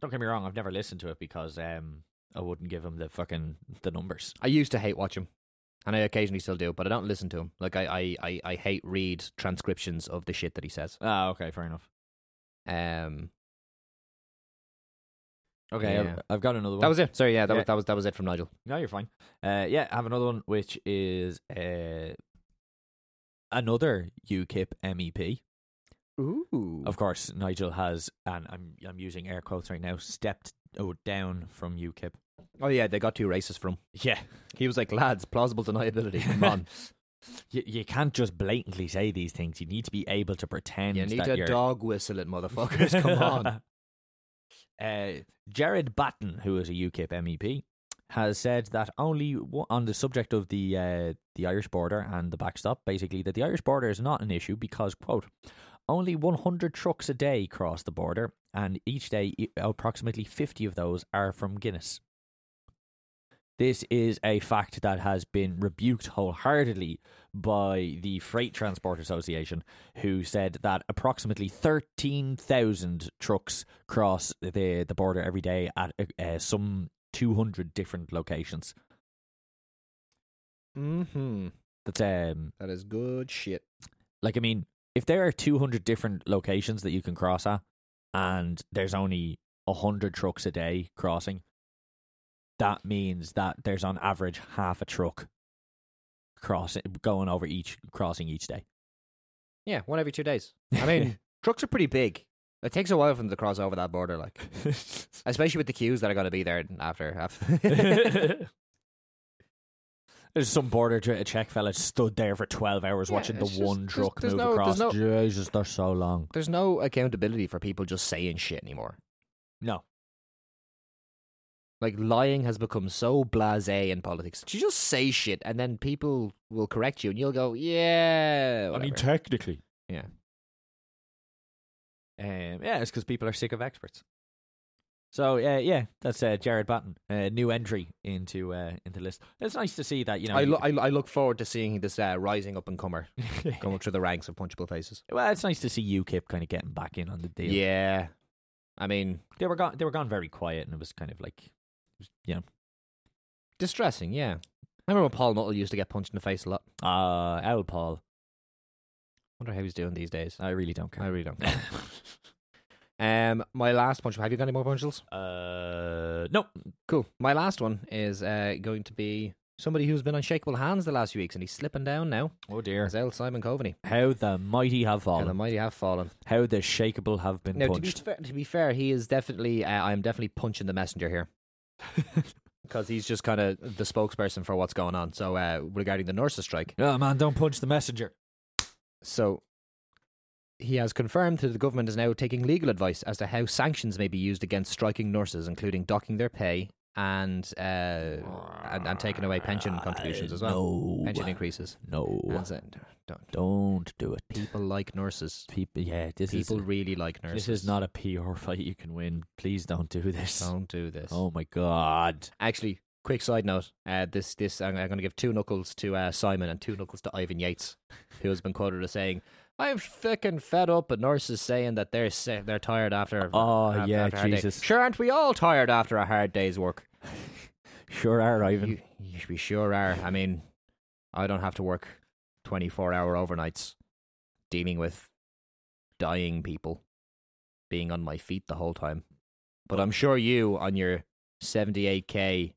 Don't get me wrong, I've never listened to it because um, I wouldn't give him the fucking the numbers.
I used to hate watch him, and I occasionally still do, but I don't listen to him. Like I, I, I, I hate read transcriptions of the shit that he says.
Ah, okay, fair enough.
Um,
Okay,
Yeah.
I've, I've got another one.
that was it. Sorry, yeah, that
Yeah.
was that was that was it from Nigel.
no, you're fine. Uh, yeah, I have another one which is uh, another UKIP MEP.
Ooh.
E Of course, Nigel has, and I'm I'm using air quotes right now, stepped oh, down from UKIP.
Oh yeah, they got two races from.
Yeah,
He was like, lads, plausible
[LAUGHS]
deniability. Come on,
you, you can't just blatantly say these things. You need to be able to pretend.
you need
that
to
you're...
dog whistle it, motherfuckers. [LAUGHS]
[LAUGHS]
Come on.
Uh, Jared Batten, who is a UKIP MEP, E has said that only wo- on the subject of the uh, the Irish border and the backstop, basically that the Irish border is not an issue because quote only 100 trucks a day cross the border, and each day i- approximately 50 of those are from Guinness. This is a fact that has been rebuked wholeheartedly by the Freight Transport Association, who said that approximately 13,000 trucks cross the, the border every day at uh, some 200 different locations.
Mm-hmm.
That's um,
That is good shit.
like I mean, if there are 200 different locations that you can cross at, and there's only 100 trucks a day crossing, that means that there's on average half a truck crossing going over each crossing each day.
Yeah, one every two
[LAUGHS]
days. I mean, trucks are pretty big. It takes a while for them to cross over that border,
[LAUGHS]
like especially with the queues that are going to be there after. after.
[LAUGHS] there's some border tra- check fella stood there for 12 hours
Yeah,
watching the
it's just-
one
there's-
truck
there's
move
no-
across.
there's no-
Jesus, they're so long.
[LAUGHS] There's no accountability for people just saying shit anymore.
No.
Like lying has become so blasé in politics. You just say shit, and then people will correct you, and you'll go, "Yeah."
I mean,
whatever."
technically.
Yeah.
Um, yeah, it's because people are sick of experts. So uh, yeah, that's uh, Jared Batten, uh, new entry into uh, into list. It's nice to see that you know.
I,
you-
lo- I, I look forward to seeing this uh, rising up and comer coming through the ranks of punchable faces.
[LAUGHS] well, it's nice to see UKIP kind of getting back in on the [LAUGHS] deal.
Yeah, I mean,
they were gone. They were gone very quiet, and it was kind of like, it was, you know,
distressing. Yeah, I remember when Paul Nuttall used to get punched in the face a lot.
uh, Al Paul.
Wonder how he's doing these days.
I really don't
I
care.
really don't. Know. [LAUGHS] um, my last punch. Have you got any more punchables?
uh, no,
Cool. My last one is uh, going to be somebody who's been on shakeable hands the last few weeks, and he's slipping down now.
oh dear.
It's El Simon Coveney.
How the mighty have
And the
fallen.
mighty have fallen.
How the shakeable have been
Now, to be,
punched.
fair, to be fair, he is definitely. Uh, I'm definitely punching the messenger [LAUGHS] here. Because he's just kind of the spokesperson for what's going on. So uh, regarding the nurses' strike,
Oh man, don't punch the messenger.
so he has confirmed that the government is now taking legal advice as to how sanctions may be used against striking nurses, including docking their pay and uh, and, and taking away pension contributions as well,
Uh, No,
pension increases.
no,
And so- don't-
don't do it.
people like nurses.
People, yeah, this
People
is
really like nurses.
this is not a PR fight you can win. Please don't do this.
Don't do this.
Oh my god.
Actually, quick side note. Uh, this, this, I'm, I'm going to give two knuckles to uh, Simon and two knuckles to Ivan Yates, who has been quoted as saying, "I'm fucking fed up with nurses saying that they're sick, they're tired after."
Oh,
after-
yeah,
after a hard day."
Jesus.
Sure, aren't we all tired after a hard day's work?
Sure are Ivan.
You, you, we sure are. I mean, I don't have to work 24 hour overnights dealing with dying people being on my feet the whole time. But I'm sure you, on your 78k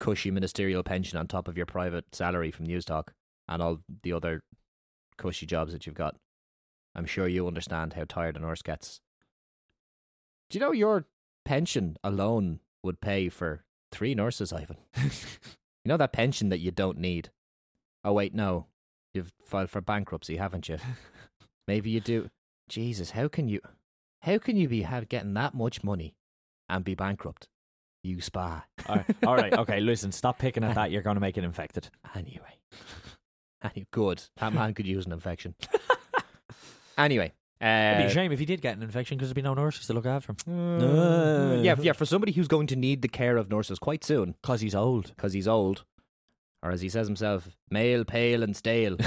cushy ministerial pension on top of your private salary from News Talk and all the other cushy jobs that you've got, I'm sure you understand how tired a nurse gets. Do you know your pension alone would pay for three nurses, Ivan? [LAUGHS] You know that pension that you don't need? Oh, wait, no. You've filed for bankruptcy, haven't you? Maybe you do. Jesus, how can you. How can you be ha- getting that much money and be bankrupt? You spa.
[LAUGHS] all, right, all right, okay. Listen, stop picking at that. You're going to make it infected.
Anyway. Any good. That man could use an infection. anyway.
It'd be a
Uh,
shame if he did get an infection because there'd be no nurses to look after him.
mm, yeah, yeah, for somebody who's going to need the care of nurses quite soon
because he's old.
because he's old, or as he says himself, male, pale, and stale.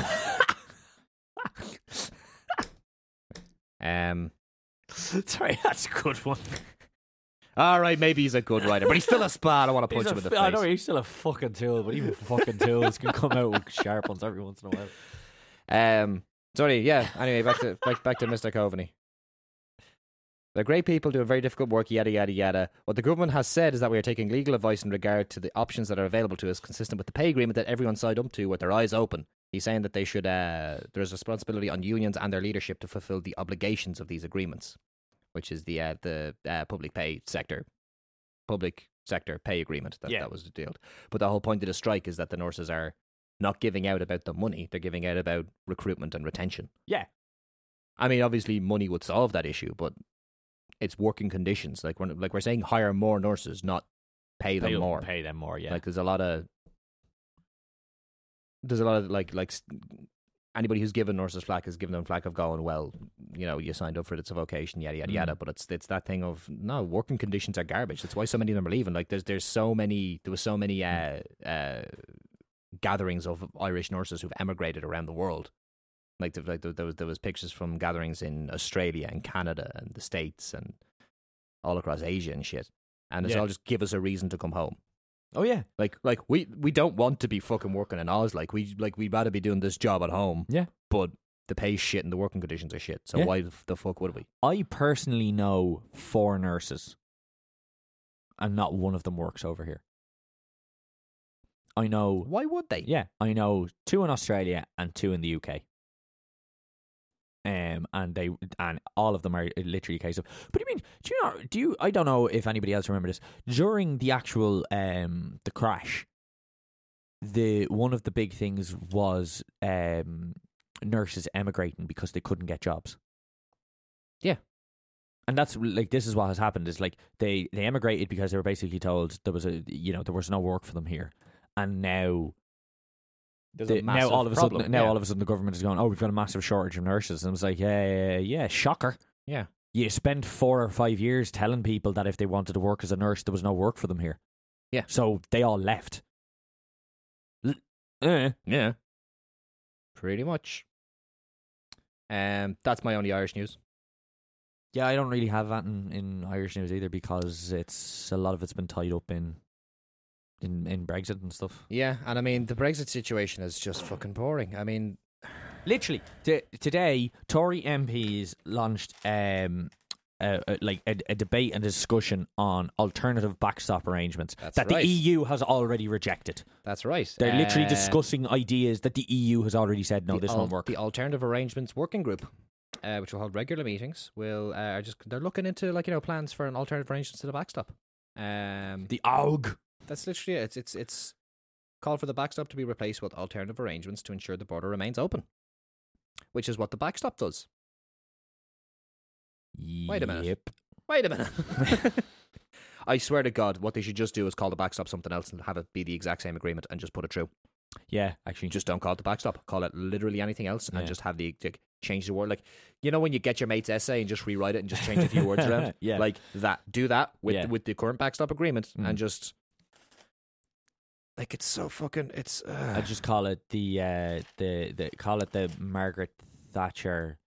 um,
[LAUGHS] Sorry, that's a good one.
All right, maybe he's a good writer, but he's still a spa. I don't want to punch
[LAUGHS] He's
him
a
in the
f-
face.
I know he's still a fucking tool, but even fucking tools can come out with [LAUGHS] sharp ones every once in a while.
Um, sorry, yeah. Anyway, back to back, back to Mr. Coveney. They're great people doing very difficult work, yada yada yada. What the government has said is that we are taking legal advice in regard to the options that are available to us, consistent with the pay agreement that everyone signed up to with their eyes open. He's saying that they should uh, there is responsibility on unions and their leadership to fulfil the obligations of these agreements, which is the uh, the uh, public pay sector, public sector pay agreement that
Yeah.
that was dealt. But the whole point of the strike is that the nurses are not giving out about the money; they're giving out about recruitment and retention.
Yeah.
I mean, obviously, money would solve that issue, but it's working conditions. Like we're like we're saying, hire more nurses, not pay them more.
Pay them more, yeah.
Like there's a lot of there's a lot of like like s- anybody who's given nurses flack has given them flack of going, well, you know, you signed up for it, it's a vocation, yada yada
Mm.
yada. But it's it's that thing of no working conditions are garbage. That's why so many of them are leaving. Like there's there's so many there was so many uh,
Mm.
uh, gatherings of Irish nurses who've emigrated around the world. Like, there- like there, there was there was pictures from gatherings in Australia and Canada and the States and all across Asia and shit. And it's
Yeah.
all just give us a reason to come home.
Oh yeah,
Like like we we don't want to be fucking working in Oz. Like we like we'd rather be doing this job at home.
Yeah.
But the pay's shit and the working conditions are shit. So
Yeah.
why the f- the fuck would we?
I personally know four nurses, and not one of them works over here. I know
Why would they?
Yeah, I know two in Australia and two in the UK. Um, and they and all of them are literally a case of. But I mean, do you know? Do you? I don't know if anybody else remember this during the actual um the crash. The one of the big things was um nurses emigrating because they couldn't get jobs.
Yeah.
And that's like this is what has happened is like they they emigrated because they were basically told there was a you know there was no work for them here, and now
There's
the- now all of a sudden, now all of a sudden, the government is going, "Oh, we've got a massive shortage of nurses," and I was like, "Yeah, yeah, yeah, yeah, shocker."
Yeah.
you spent four or five years telling people that if they wanted to work as a nurse, there was no work for them here.
Yeah.
so they all left. L- eh.
yeah. Pretty much. Um, that's my only Irish news.
Yeah, I don't really have that in, in Irish news either because it's a lot of it's been tied up in in in Brexit and stuff.
Yeah, and I mean the Brexit situation is just fucking boring. I mean,
Literally, t- today, Tory MPs launched um, uh, uh, like a, a debate and discussion on alternative backstop arrangements
That's
that
right.
the EU has already rejected.
that's right.
They're literally
Uh,
discussing ideas that the EU has already said, no,
the
this
al-
won't work.
The Alternative Arrangements Working Group, uh, which will hold regular meetings, will uh, are just they're looking into like you know plans for an alternative arrangements to the backstop. Um,
The AUG.
That's literally it. It's it's it's call for the backstop to be replaced with alternative arrangements to ensure the border remains open, which is what the backstop does. a minute.
Yep.
Wait a
[LAUGHS]
minute. [LAUGHS] I swear to God, what they should just do is call the backstop something else and have it be the exact same agreement and just put it through.
Yeah, actually.
Just don't call it the backstop. Call it literally anything else and
Yeah.
just have the like, change the word. Like you know when you get your mate's essay and just rewrite it and just change a few words around.
[LAUGHS] Yeah.
like that. Do that with
Yeah.
with the current backstop agreement
Mm.
and just like it's so fucking it's. Uh,
I just call it the uh, the the call it the Margaret Thatcher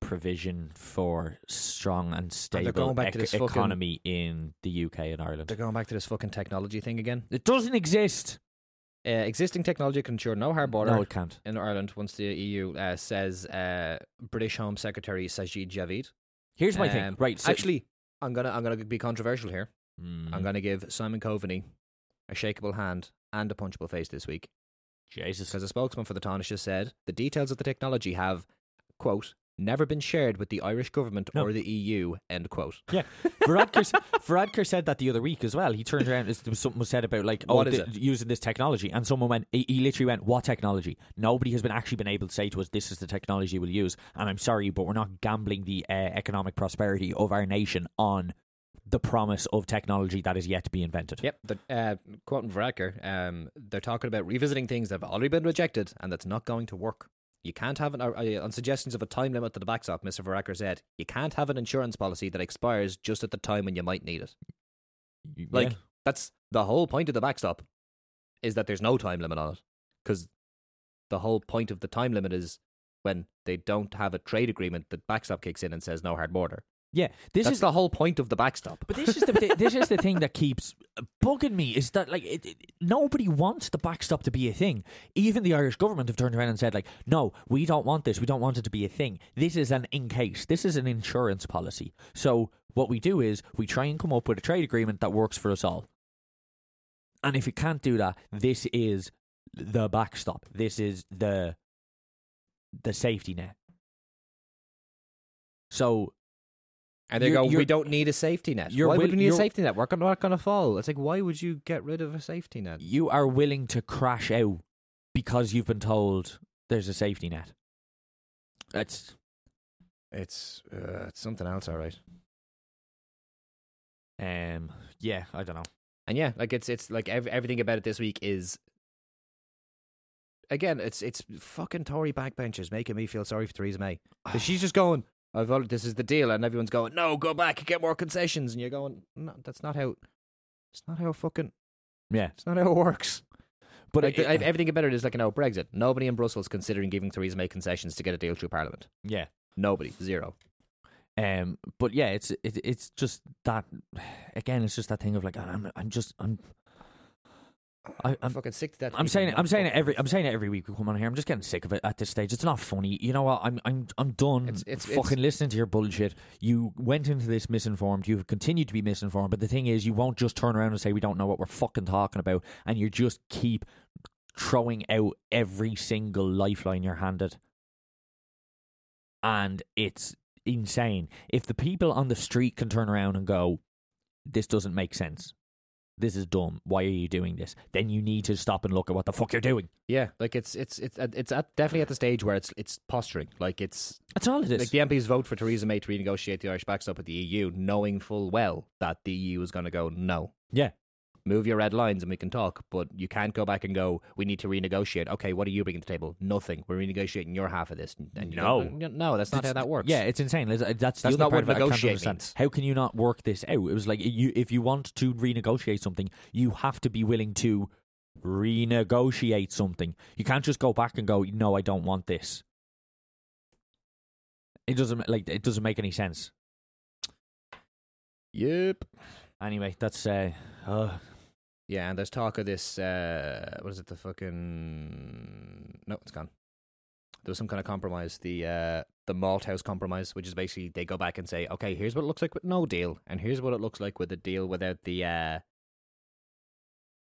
provision for strong and
they're
stable
going back to
ec-
this fucking-
economy in the UK and Ireland.
They're going back to this fucking technology thing again.
It doesn't exist.
Uh, existing technology can ensure no hard border
No, it can't.
in Ireland once the EU uh, says uh, British Home Secretary Sajid Javid.
Here's my
Um,
thing. Right, so,
Actually, I'm gonna I'm gonna be controversial here.
Mm,
I'm gonna give Simon Coveney a shakeable hand and a punchable face this week
Jesus.
because a spokesman for the Taoiseach said the details of the technology have quote never been shared with the Irish government
No.
or the EU end quote. [LAUGHS]
Yeah, Varadkar, s- Varadkar said that the other week as well. He turned around. it's- There was something was said about like oh,
What is
the-
it?
using this technology, and someone went. He, he literally went, "What technology? Nobody has been actually been able to say to us this is the technology we'll use." And I'm sorry, but we're not gambling the uh, economic prosperity of our nation on the promise of technology that is yet to be invented.
Yep. The, uh, quoting Veracker, um, they're talking about revisiting things that have already been rejected and that's not going to work. You can't have an, uh, uh, on suggestions of a time limit to the backstop, Mr. Veracker said, you can't have an insurance policy that expires just at the time when you might need it.
Yeah.
Like, that's the whole point of the backstop, is that there's no time limit on it. Because the whole point of the time limit is when they don't have a trade agreement, the backstop kicks in and says no hard border.
yeah, this
that's
is
the whole point of the backstop.
But this is the thi- this is the thing that keeps bugging me is that like it, it- nobody wants the backstop to be a thing. Even the Irish government have turned around and said like, no, we don't want this. We don't want it to be a thing. This is an in case. This is an insurance policy. So what we do is we try and come up with a trade agreement that works for us all. And if you can't do that, this is the backstop. This is the the safety net. So
And they
You're-
go, we
you're-
don't need a safety net.
you're
Why would
will-
we need a
you're-
safety net? We're gonna- not going to fall. It's like, why would you get rid of a safety net?
you are willing to crash out because you've been told there's a safety net. That's
It's, uh, it's something else, all right.
um yeah, I don't know.
And yeah, like it's it's like ev- everything about it this week is again, it's it's fucking Tory backbenchers making me feel sorry for Theresa
[SIGHS]
May. 'Cause she's just going, "I've al- this is the deal," and everyone's going, "No, go back, get more concessions," and you're going, "No, that's not how. It's not how fucking.
Yeah.
It's not how it works."
But
Like,
it-
th- everything about it is like an out Brexit. Nobody in Brussels considering giving Theresa May concessions to get a deal through Parliament.
yeah.
Nobody, zero.
Um, but yeah, it's it, it's just that again, it's just that thing of like I'm I'm just I'm I,
I'm
I'm
fucking sick to death.
I'm saying it, I'm saying it every I'm saying it every week we come on here. I'm just getting sick of it at this stage. It's not funny. You know what? I'm I'm I'm done
It's- it's- it's-
fucking listening to your bullshit. You went into this misinformed. You've continued to be misinformed. But the thing is, you won't just turn around and say we don't know what we're fucking talking about, and you just keep throwing out every single lifeline you're handed. And it's insane. If the people on the street can turn around and go, this doesn't make sense. This is dumb. Why are you doing this? Then you need to stop and look at what the fuck you're doing.
Yeah, like it's it's it's at- it's at, definitely at the stage where it's it's posturing. Like it's
That's all it is.
like the MPs vote for Theresa May to renegotiate the Irish backstop with the EU, knowing full well that the EU is going to go no.
yeah.
Move your red lines and we can talk, but you can't go back and go. We need to renegotiate. Okay, what are you bringing to the table? Nothing. We're renegotiating your half of this. And you
No.
don't- no, that's not how that works.
Yeah, it's insane. That's, that's the
That's
other
not
part
what
of it I can't
negotiate
understand.
means.
How can you not work this out? It was like you, if you want to renegotiate something, you have to be willing to renegotiate something. You can't just go back and go, "No, I don't want this." It doesn't like it doesn't make any sense.
Yep.
Anyway, that's uh, uh
Yeah, and there's talk of this. Uh, what is it? The fucking no, it's gone. There was some kind of compromise, the uh, the Malthouse compromise, which is basically they go back and say, okay, here's what it looks like with no deal, and here's what it looks like with a deal without the uh,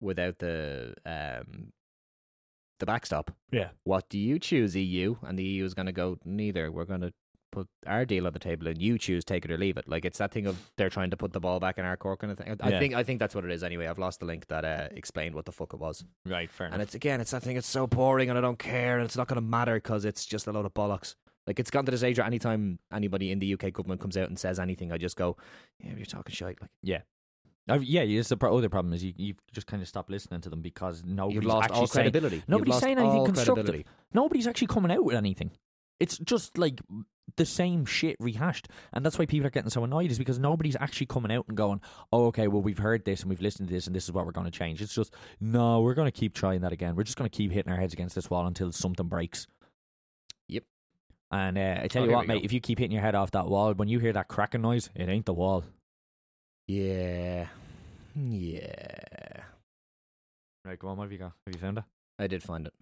without the um, the backstop.
yeah.
What do you choose, EU? And the EU is going to go neither. We're going to put our deal on the table, and you choose, take it or leave it. Like it's that thing of they're trying to put the ball back in our court kind of thing. I
Yeah.
think I think that's what it is. Anyway, I've lost the link that uh, explained what the fuck it was.
Right, fair
And it's again, it's that thing. It's so boring, and I don't care, and it's not going to matter because it's just a load of bollocks. Like it's gone to the stage where anytime anybody in the UK government comes out and says anything, I just go, "Yeah, you're talking shite." Like
I've, yeah, it's the pro- other problem is you you just kind of stop listening to them because
you've
nobody's
lost
actually
all
saying,
credibility. You've
nobody's
lost
saying anything
all
constructive.
credibility.
nobody's actually coming out with anything. It's just like the same shit rehashed, and that's why people are getting so annoyed is because nobody's actually coming out and going, "Oh, okay, well we've heard this and we've listened to this and this is what we're going to change." It's just no, we're going to keep trying that again. We're just going to keep hitting our heads against this wall until something breaks.
Yep.
And uh, I tell
Oh,
you
here
what,
we go.
mate, if you keep hitting your head off that wall, when you hear that cracking noise, it ain't the wall.
Yeah, Hmm, yeah.
Right, go on. What have you got? Have you found it?
I did find it.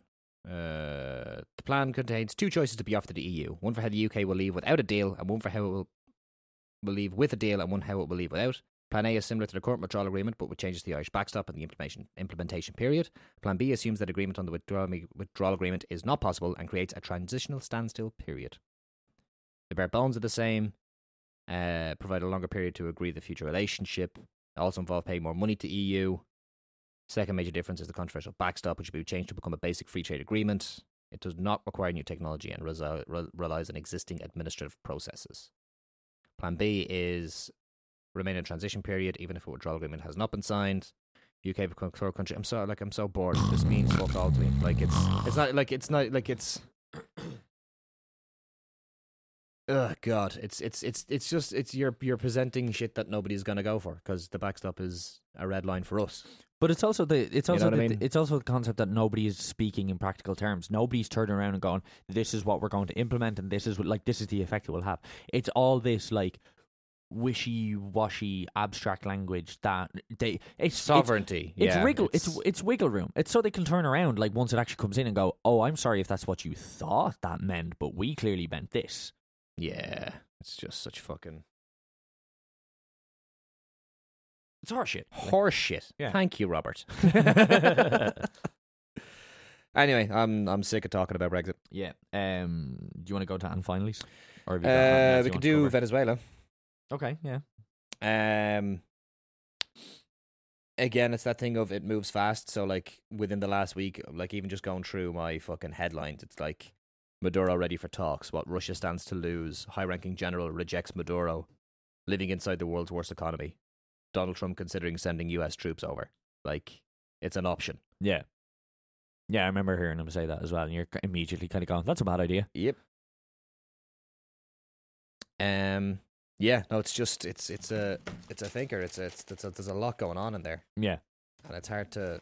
Uh, the plan contains two choices to be offered to the EU: one for how the UK will leave without a deal, and one for how it will, will leave with a deal, and one how it will leave without. Plan A is similar to the current withdrawal agreement, but with changes to the Irish backstop and the implementation implementation period. Plan B assumes that agreement on the withdrawal, withdrawal agreement is not possible and creates a transitional standstill period. The bare bones are the same. Uh, provide a longer period to agree the future relationship. Also involve paying more money to E EU. Second major difference is the controversial backstop, which will be changed to become a basic free trade agreement. It does not require new technology and resi- re- relies on existing administrative processes. Plan B is remain in transition period, even if a withdrawal agreement has not been signed. UK become a third country. I'm so like I'm so bored. This means fuck all to me. Like it's it's not like it's not like it's. [CLEARS THROAT] Oh God, it's it's it's it's just it's you're you're presenting shit that nobody's gonna go for because the backstop is a red line for us.
But it's also the it's
You know
also
what I
the,
mean?
it's also the concept that nobody is speaking in practical terms. Nobody's turning around and going, "This is what we're going to implement, and this is what, like this is the effect it will have." It's all this like wishy washy abstract language that they it's it's-
sovereignty.
It's
yeah,
wiggle. It's, it's wiggle room. It's so they can turn around like once it actually comes in and go, "Oh, I'm sorry if that's what you thought that meant, but we clearly meant this."
yeah. It's just such fucking
It's our shit.
horseshit.
Yeah.
Thank you, Robert. [LAUGHS] anyway, I'm I'm sick of talking about Brexit.
[LAUGHS] yeah. Um. Do you want to go to and finally, or have you got anything
Uh,
else
we
you
could
want to
do
cover?
Venezuela.
Okay. Yeah.
Um, again, it's that thing of it moves fast. So, like within the last week, like even just going through my fucking headlines, it's like Maduro ready for talks. What Russia stands to lose. High-ranking general rejects Maduro. Living inside the world's worst economy. Donald Trump considering sending U.S. troops over. Like it's an option.
Yeah. Yeah, I remember hearing him say that as well, and you're immediately kind of going, "That's a bad idea."
Yep. Um. Yeah. No. It's just it's it's a it's a thinker. It's a, it's, it's a, there's a lot going on in there,
Yeah,
and it's hard to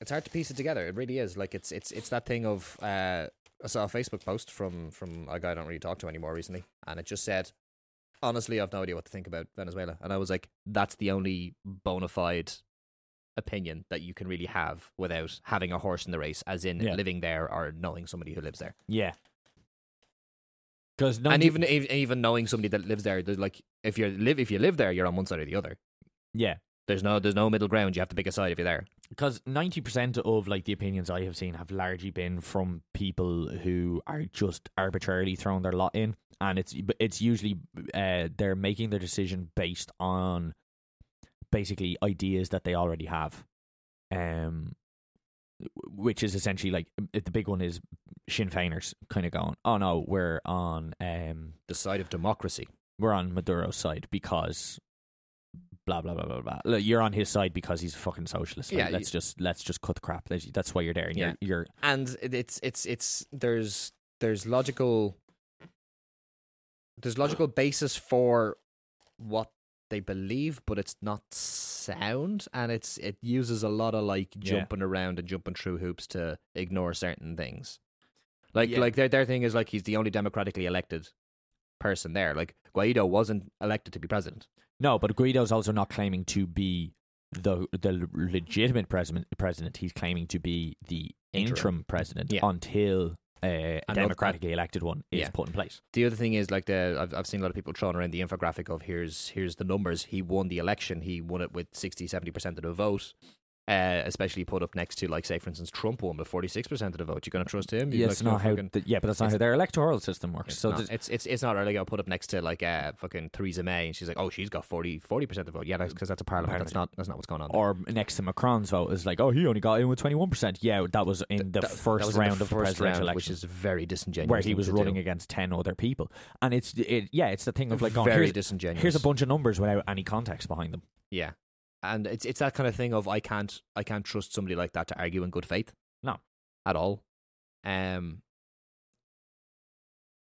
it's hard to piece it together. It really is. Like it's it's it's that thing of uh, I saw a Facebook post from from a guy I don't really talk to anymore recently, and it just said, honestly, I've no idea what to think about Venezuela, and I was like, that's the only bona fide opinion that you can really have without having a horse in the race, as in
Yeah.
living there or knowing somebody who lives there.
yeah. Because
and even even even knowing somebody that lives there, there's like if you live if you live there, you're on one side or the other.
yeah,
There's no there's no middle ground. You have to pick a side if you're there.
because ninety percent of like the opinions I have seen have largely been from people who are just arbitrarily throwing their lot in, and it's but it's usually uh, they're making their decision based on basically ideas that they already have, um, w- which is essentially like if the big one is Sinn Feiners kind of going, oh no, we're on um
The side of democracy.
we're on Maduro's side because blah blah blah blah blah. Look, you're on his side because he's a fucking socialist. Like,
Yeah,
let's just let's just cut the crap. That's, that's why you're there. And
Yeah.
You're, you're
And it- it's it's it's there's there's logical there's logical basis for what they believe, but it's not sound, and it's it uses a lot of like
Yeah.
jumping around and jumping through hoops to ignore certain things. Like
Yeah.
like their their thing is like he's the only democratically elected person there. Like Guaido wasn't elected to be president.
no, but Guido's also not claiming to be the the legitimate president. President. He's claiming to be the
Interim.
interim, president
Yeah.
until uh, a
that-
democratically elected one is
Yeah.
put in place.
The other thing is like the I've I've seen a lot of people throwing around the infographic of here's here's the numbers. He won the election. He won it with 60 70 percent of the vote. Uh, especially put up next to like say for instance Trump won with 46 percent of the vote. You're gonna trust him? You're
Yeah,
like,
it's
no
not how.
fucking-
th- yeah, but that's not
it's-
how their electoral system works.
It's
So
not,
there's-
it's it's it's not really gonna put up next to like uh fucking Theresa May and she's like oh she's got 40 percent of the vote. Yeah, that's because that's a parliament.
Parliament.
That's not that's not what's going on. there.
or next to Macron's vote is like, oh, he only got in with twenty one percent. Yeah, that was in the
That- that
first
was in
round of the
first
presidential
round,
election,
which is very disingenuous.
where he
thing
was
to do.
running against 10 other people and it's it, yeah it's the thing of like going,
very
here's,
disingenuous.
here's a bunch of numbers without any context behind them
Yeah, and it's it's that kind of thing of I can't I can't trust somebody like that to argue in good faith.
No.
at all. Um,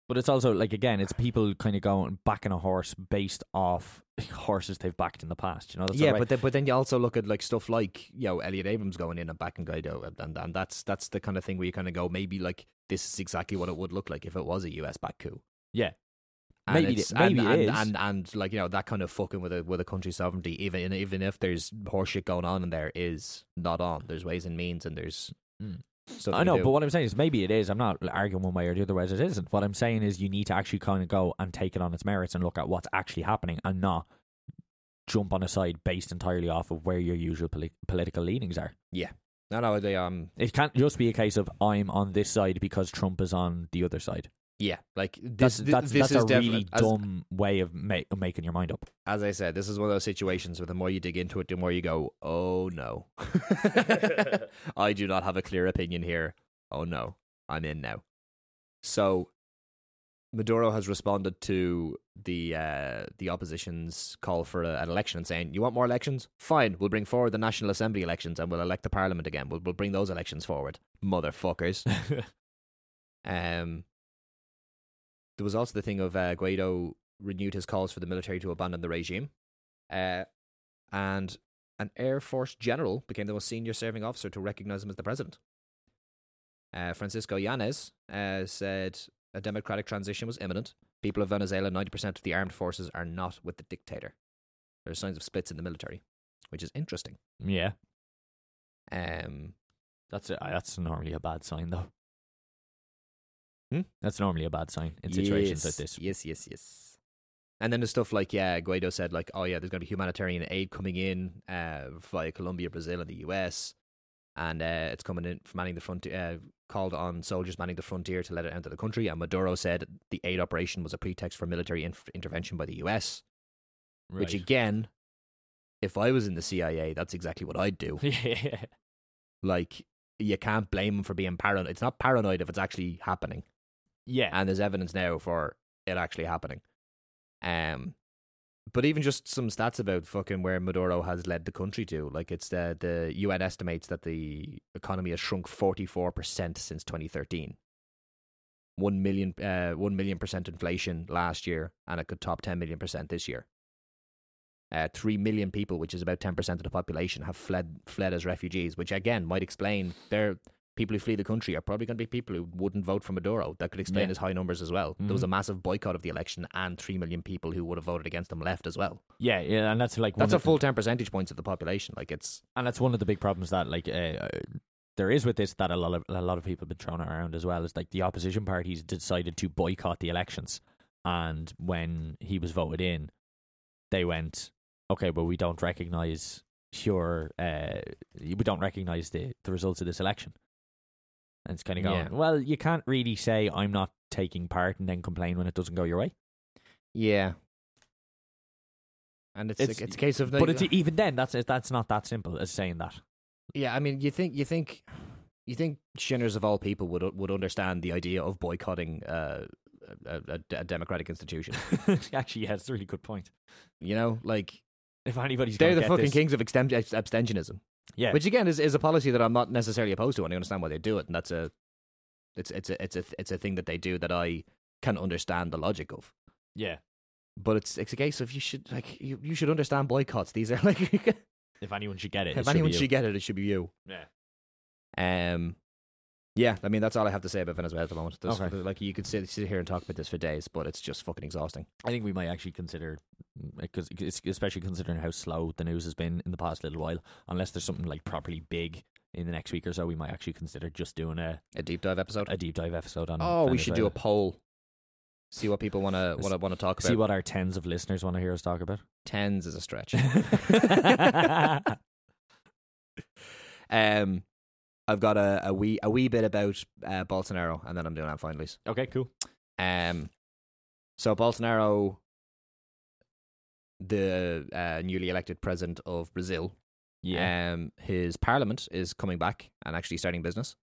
but it's also like again it's people kind of going backing a horse based off [LAUGHS] horses they've backed in the past you know that's
yeah,
the way-
but then, but then you also look at like stuff like you know Elliot Abrams going in and backing Guido, uh, and, and and that's that's the kind of thing where you kind of go maybe like this is exactly what it would look like if it was a US back coup.
Yeah.
And
Maybe
it's-
it- maybe
and,
it
and,
is.
and, and, like you know that kind of fucking with a with a country's sovereignty, even even if there's horseshit going on in there, is not on. There's ways and means, and there's
Mm.
stuff.
I
you
know,
do.
but what I'm saying is maybe it is. I'm not arguing one way or the other way as it isn't. What I'm saying is you need to actually kind of go and take it on its merits and look at what's actually happening and not jump on a side based entirely off of where your usual poli- political leanings are.
no, no, they um,
It can't just be a case of I'm on this side because Trump is on the other side.
yeah, like this
That's
thi-
that's,
this
that's a
is defi-
really
as-
dumb way of, ma- of making your mind up. [LAUGHS]
as I said, this is one of those situations where the more you dig into it, the more you go, oh
[LAUGHS]
no. I do not have a clear opinion here. Oh no, I'm in now. So Maduro has responded to the uh, the opposition's call for a, an election and saying, "You want more elections? Fine, we'll bring forward the National Assembly elections and we'll elect the Parliament again. We'll, we'll bring those elections forward, motherfuckers." Um, there was also the thing of uh, Guaido renewed his calls for the military to abandon the regime, uh, and an Air Force general became the most senior serving officer to recognize him as the president. Uh, Francisco Yanes uh, said a democratic transition was imminent. People of Venezuela, 90% of the armed forces are not with the dictator. There are signs of splits in the military, which is interesting.
yeah,
Um,
that's a, uh, that's normally a bad sign though.
Hmm?
That's normally a bad sign in situations like this.
Yes, yes, yes. And then there's stuff like, yeah, Guaido said, like, oh, yeah, there's going to be humanitarian aid coming in uh, via Colombia, Brazil, and the US. And uh, it's coming in from manning the frontier, uh, called on soldiers manning the frontier to let it enter the country. And Maduro said the aid operation was a pretext for military inf- intervention by the US, which again, if I was in the CIA, that's exactly what I'd
[LAUGHS]
do.
yeah,
like, you can't blame him for being paranoid. It's not paranoid if it's actually happening
yeah,
and there's evidence now for it actually happening. Um, But even just some stats about fucking where Maduro has led the country to. Like it's the the UN estimates that the economy has shrunk forty four percent since twenty thirteen. One million, uh, one million percent inflation last year, and it could top ten million percent this year. Uh, three million people, which is about ten percent of the population, have fled fled as refugees, which again might explain their people who flee the country are probably going to be people who wouldn't vote for Maduro. That could explain
Yeah.
his high numbers as well. There was a massive boycott of the election, and three million people who would have voted against him left as well.
Yeah, yeah, and that's like one
That's a
of the-
full ten percentage points of the population. Like it's
and that's one of the big problems that like uh, there is with this that a lot of a lot of people have been thrown around as well is like the opposition parties decided to boycott the elections, and when he was voted in, they went okay, but we don't recognize your uh, we don't recognize the the results of this election, and it's kind of going
Yeah.
well. You can't really say I'm not taking part and then complain when it doesn't go your way.
yeah, and it's
It's-
it's, e a case of
But it's even then that's that's not that simple as saying that. [LAUGHS]
Yeah, I mean, you think you think you think shinners of all people would would understand the idea of boycotting uh, a, a, a democratic institution.
Actually, yeah, it's a really good point.
you know, like
If anybody's
they're
gonna
the
get
fucking
this-
kings of abstem- abstentionism,
yeah,
which again is, is a policy that I'm not necessarily opposed to, and I understand why they do it, and that's a it's it's a it's a it's a thing that they do that I can understand the logic of.
yeah.
But it's it's a case of you should like you, you should understand boycotts. These are [LAUGHS] like
If anyone should get it, it
if
should
anyone
be you.
should get it, it should be you.
Yeah.
Um, yeah, I mean that's all I have to say about Venezuela at the moment. There's-
Okay.
Like you could sit, sit here and talk about this for days, but it's just fucking exhausting.
I think we might actually consider because especially considering how slow the news has been in the past little while. Unless there's something like properly big in the next week or so, we might actually consider just doing a,
A deep dive episode.
a deep dive episode on.
oh, we should do a
Venezuela.
poll. See what people want to
Let's
want to want to talk about.
see what our tens of listeners want to hear us talk about.
Tens is a
[LAUGHS]
stretch. [LAUGHS] um, I've got a, a wee a wee bit about uh, Bolsonaro, and then I'm doing that finally.
okay, cool.
Um, so Bolsonaro, the uh, newly elected president of Brazil,
Yeah.
um, his parliament is coming back and actually starting business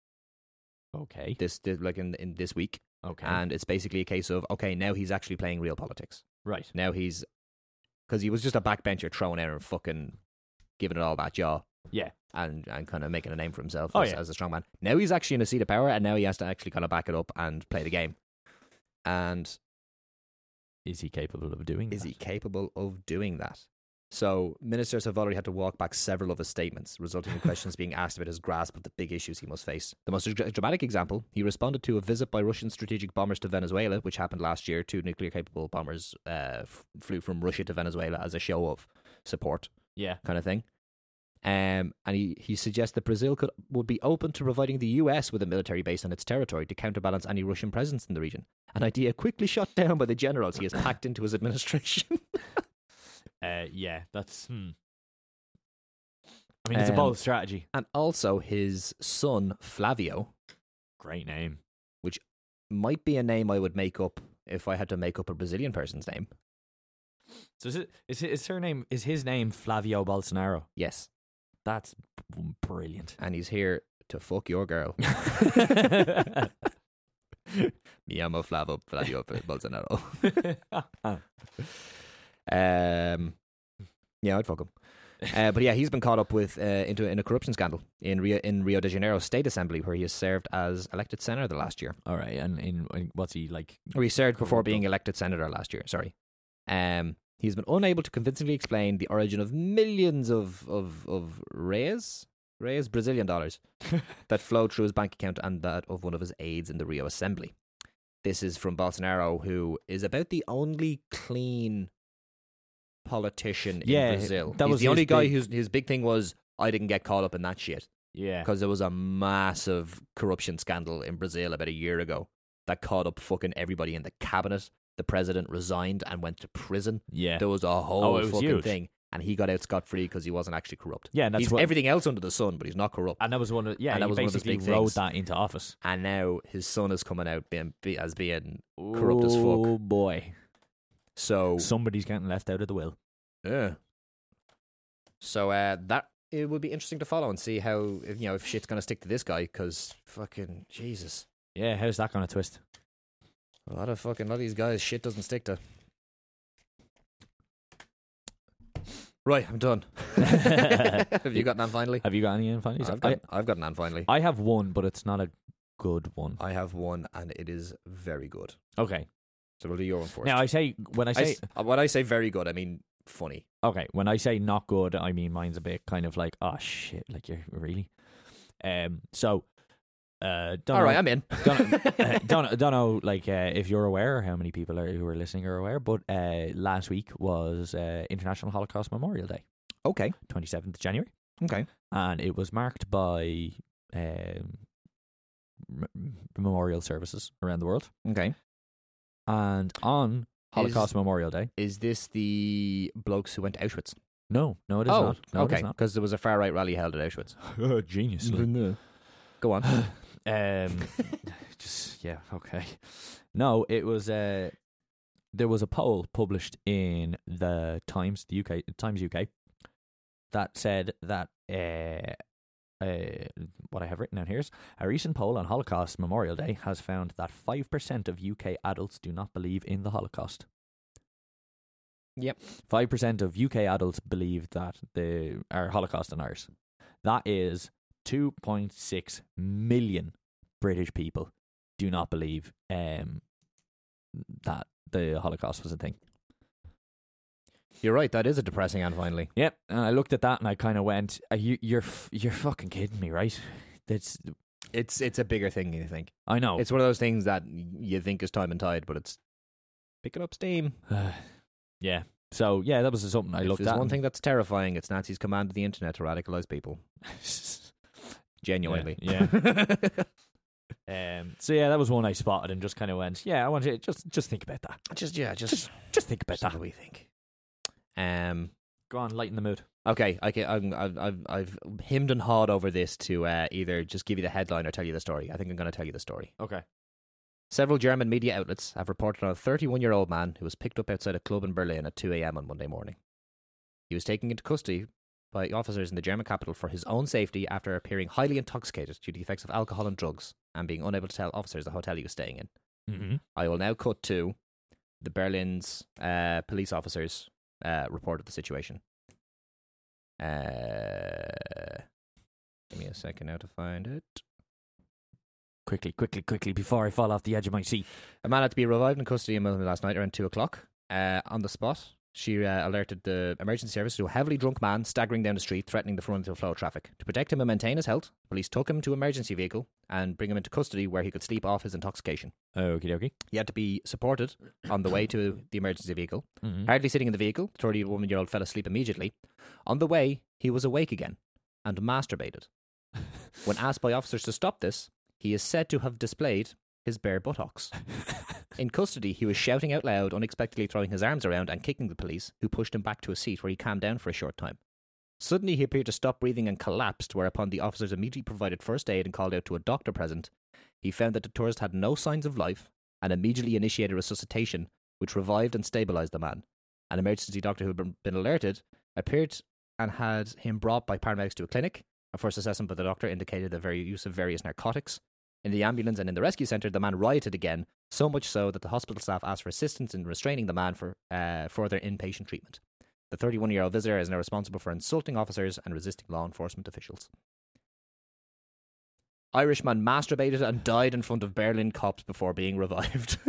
okay.
this, this like in, in this week,
Okay.
and it's basically a case of okay, now he's actually playing real politics.
right.
Now he's because he was just a backbencher thrown in and fucking giving it all that jaw.
Yeah.
And and kind of making a name for himself
Oh,
as,
yeah.
as a strongman. Now he's actually in a seat of power, and now he has to actually kind of back it up and play the game. And
Is he capable of doing?
Is
that?
he capable of doing that? So, ministers have already had to walk back several of his statements, resulting in questions being asked about his grasp of the big issues he must face. The most dra- dramatic example, he responded to a visit by Russian strategic bombers to Venezuela, which happened last year. Two nuclear capable bombers uh, f- flew from Russia to Venezuela as a show of support,
Yeah.
kind of thing. Um, and he, he suggests that Brazil could, would be open to providing the US with a military base on its territory to counterbalance any Russian presence in the region. An idea quickly shot down by the generals he has packed into his administration.
Uh, yeah. That's. Hmm. I mean, it's a
Um,
bold strategy.
and also his son Flavio,
Great name.
might be a name I would make up if I had to make up a Brazilian person's name.
So is it is his surname is his name Flavio Bolsonaro?
Yes,
That's b-
[LAUGHS]
brilliant.
and he's here to fuck your girl. Me amo Flavo Flavio Bolsonaro. Um, yeah, I'd fuck him. Uh, but yeah, he's been caught up with uh, into in a corruption scandal in Rio in Rio de Janeiro State Assembly, where he has served as elected senator the last year.
All right, and in, in- what's he like?
or he served before
Corrupto.
being elected senator last year. Sorry, um, he's been unable to convincingly explain the origin of millions of of of reais, reais Brazilian
[LAUGHS]
dollars that flowed through his bank account and that of one of his aides in the Rio Assembly. This is from Bolsonaro, who is about the only clean politician
Yeah,
in Brazil.
that
He's
was
the
his
only guy
big-
whose his big thing was I didn't get caught up in that shit
Yeah,
because there was a massive corruption scandal in Brazil about a year ago that caught up fucking everybody in the cabinet. The president resigned and went to prison.
yeah, Oh,
There was a whole
it was
fucking
huge.
thing, and he got out scot free because he wasn't actually corrupt.
yeah. And that's
he's
what, Uh,
everything else under the sun, but he's not corrupt.
and that was one of yeah.
and that
he
was one of his
basically
big
rode
things.
that into office.
And now his son is coming out being, be, as being Corrupt as fuck. Oh.
Oh boy,
so.
somebody's getting left out of the will.
Yeah. So uh, that it would be interesting to follow and see how if, you know if shit's gonna stick to this guy because fucking Jesus,
Yeah, how's that going
[LAUGHS]
to twist?
a lot of fucking a lot of these guys shit doesn't stick to. Right, I'm [LAUGHS] done. Have you got none finally?
Have you got any in finally?
I've got, I've got none finally.
I, I have one, but it's not a good one.
I have one, and it is very good.
Okay.
So we'll do your one first.
Now I say when I
I
say
s- uh, when I say very good, I mean funny.
okay when I say not good, I mean mine's a bit kind of like oh shit, like you're really. Um. So, uh, don't
All right,
know-
I'm in. [LAUGHS]
don't, uh, don't don't know like uh, if you're aware or how many people are who are listening are aware, but uh, last week was uh, International Holocaust Memorial Day,
Okay.
twenty seventh of January,
Okay.
and it was marked by um, m- memorial services around the world.
Okay.
And on Holocaust Memorial Day,
Is this the blokes who went to Auschwitz?
no, no, it is not. No,
Oh, okay.
it is
Because there was a far right rally held at Auschwitz.
not. Genius.
Go [LAUGHS] on.
Um, just yeah, [LAUGHS] okay. No, it was uh, there was a poll published in the Times, the UK Times UK, that said that uh, uh, what I have written down here is a recent poll on Holocaust Memorial Day has found that five percent of UK adults do not believe in the Holocaust.
Yep.
five percent of UK adults believe that the are Holocaust deniers. That is 2.6 million British people do not believe um, that the Holocaust was a thing.
You're right. That is a depressing and finally.
Yep. And I looked at that and I kind of went, Are you, "You're f- you're fucking kidding me, right?" That's
It's it's a bigger thing than you think.
I know.
It's one of those things that you think is time and tide, but it's picking up steam.
[SIGHS] yeah. So yeah, that was something I
if
looked
there's
at.
one
and-
thing that's terrifying, it's Nazis commanded the internet to radicalize people. Genuinely.
Yeah,
[LAUGHS]
um, [LAUGHS] so yeah, that was one I spotted and just kind of went, "Yeah, I want you to just just think about that.
just yeah,
Just just think about
that's what
that."
we think. Um.
Go on, lighten the mood.
Okay, I can, I'm, I've, I've, I've hemmed and hawed over this to uh, either just give you the headline or tell you the story. I think I'm going to tell you the story.
Okay.
Several German media outlets have reported on a 31 year old man who was picked up outside a club in Berlin at 2 a.m. on Monday morning. He was taken into custody by officers in the German capital for his own safety after appearing highly intoxicated due to the effects of alcohol and drugs and being unable to tell officers the hotel he was staying in.
Mm-hmm.
I will now cut to the Berlin's uh, police officers' uh, report of the situation. Uh, give me a second now to find it.
Quickly, quickly, quickly, before I fall off the edge of my seat.
A man had to be revived in custody in Melbourne last night around two o'clock. Uh, on the spot, she uh, alerted the emergency service to a heavily drunk man staggering down the street, threatening the fundamental flow of traffic. To protect him and maintain his health, the police took him to emergency vehicle and bring him into custody where he could sleep off his intoxication.
Okie dokie.
He had to be supported on the way to the emergency vehicle.
Mm-hmm.
Hardly sitting in the vehicle, the 31 year old fell asleep immediately. On the way, he was awake again and masturbated. when asked by officers to stop this, he is said to have displayed his bare buttocks. in custody, he was shouting out loud, unexpectedly throwing his arms around and kicking the police, who pushed him back to a seat where he calmed down for a short time. Suddenly, he appeared to stop breathing and collapsed, whereupon the officers immediately provided first aid and called out to a doctor present. He found that the tourist had no signs of life and immediately initiated resuscitation, which revived and stabilized the man. An emergency doctor who had been- been alerted appeared and had him brought by paramedics to a clinic. A first assessment by the doctor indicated the very use of various narcotics. In the ambulance and in the rescue center, the man rioted again, so much so that the hospital staff asked for assistance in restraining the man for uh, further inpatient treatment. The 31 year old visitor is now responsible for insulting officers and resisting law enforcement officials. Irishman masturbated and died in front of Berlin cops before being revived. [LAUGHS]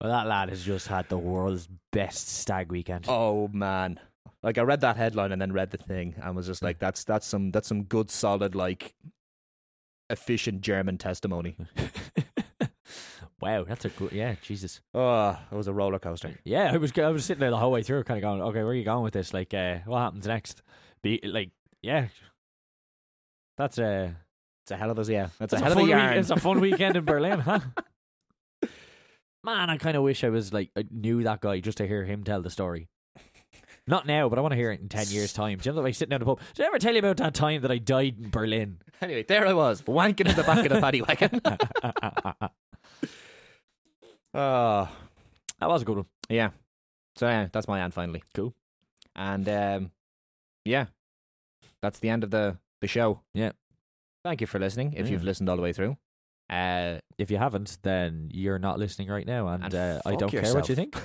Well, that lad has just had the world's best stag weekend.
Oh man. Like I read that headline and then read the thing and was just like that's that's some that's some good solid like efficient German testimony.
[LAUGHS] wow, that's a good. Yeah, Jesus.
Oh, it was a roller coaster.
Yeah, I was I was sitting there the whole way through, kind of going, okay, where are you going with this? Like, uh, what happens next? Be like, yeah, that's a
It's a hell of a yeah. That's,
that's
a hell of a
fun week-
yarn.
it's a fun weekend [LAUGHS] in Berlin, huh? Man, I kind of wish I was like I knew that guy just to hear him tell the story. Not now, but I want to hear it in ten years' time. Do you know that way sitting down the pub? Did I ever tell you about that time that I died in Berlin?
[LAUGHS] anyway, there I was, wanking in the back of the paddy wagon. [LAUGHS] oh,
That was a good one.
yeah. So yeah, that's my aunt finally.
Cool.
And um yeah. That's the end of the the show.
Yeah.
Thank you for listening if
Yeah.
you've listened all the way through. Uh
If you haven't, then you're not listening right now, and,
And
uh, I
fuck
[LAUGHS] don't care what you think.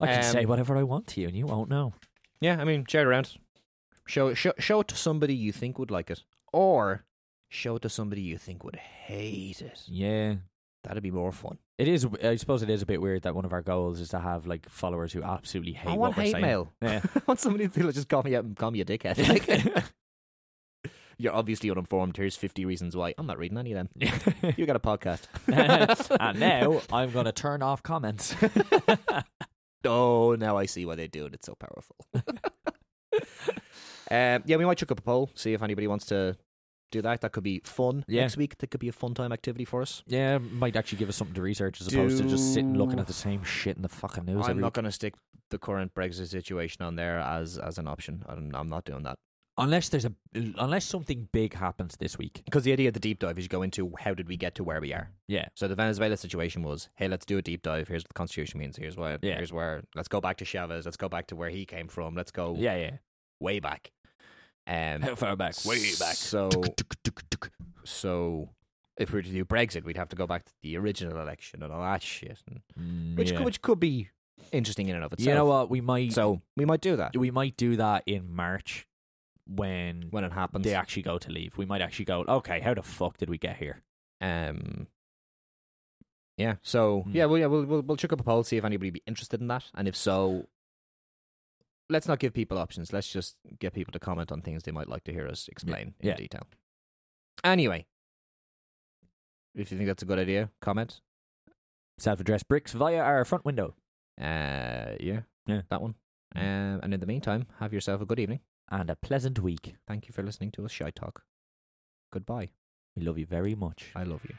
I can
Um,
say whatever I want to you, and you won't know.
Yeah, I mean, share it around. Show it, show, show it to somebody you think would like it, or show it to somebody you think would hate it.
Yeah,
That'd be more fun.
it is. I suppose it is a bit weird that one of our goals is to have like followers who absolutely hate
I want
what we're
hate
saying.
mail.
[LAUGHS] Yeah.
[LAUGHS] I want somebody to just call me out and call me a dickhead. [LAUGHS]
[LAUGHS]
Like, You're obviously uninformed. Here's 50 reasons why. I'm not reading any of them. You got a podcast.
and now I'm going to turn off comments. [LAUGHS]
Oh, now I see why they do it. It's so powerful. [LAUGHS] um, yeah, we might chuck up a poll, see if anybody wants to do that. That could be fun
Yeah.
next week. That could be a fun time activity for us.
yeah, might actually give us something to research as opposed to just sitting looking at the same shit in the fucking news.
I'm
every
not
week.
going to stick the current Brexit situation on there as as an option. I'm, I'm not doing that
unless there's a unless something big happens this week.
because the idea of the deep dive is you go into how did we get to where we are.
Yeah,
So the Venezuela situation was, hey, let's do a deep dive. Here's what the constitution means. Here's why.
Yeah.
Here's where. Let's go back to Chavez. Let's go back to where he came from. Let's go
yeah, yeah.
way back. Um,
How far back?
So, so if we were to do Brexit, we'd have to go back to the original election and all that shit, and,
Mm,
which
yeah.
could, which could be interesting in and of itself.
you know what? We might
So we might do that
we might do that in March when
when it happens.
they actually go to leave. We might actually go. Okay, how the fuck did we get here?
Um. Yeah. So
Hmm.
yeah, well, yeah, we'll we'll we'll check up a poll, see if anybody would be interested in that, and if so, let's not give people options. Let's just get people to comment on things they might like to hear us explain in
yeah.
detail. Anyway, if you think that's a good idea, comment.
Self-addressed bricks via our front window.
Uh, yeah,
Yeah.
that one. Um, and in the meantime, have yourself a good evening.
And a pleasant week.
Thank you for listening to us, shy talk. Goodbye.
We love you very much.
I love you.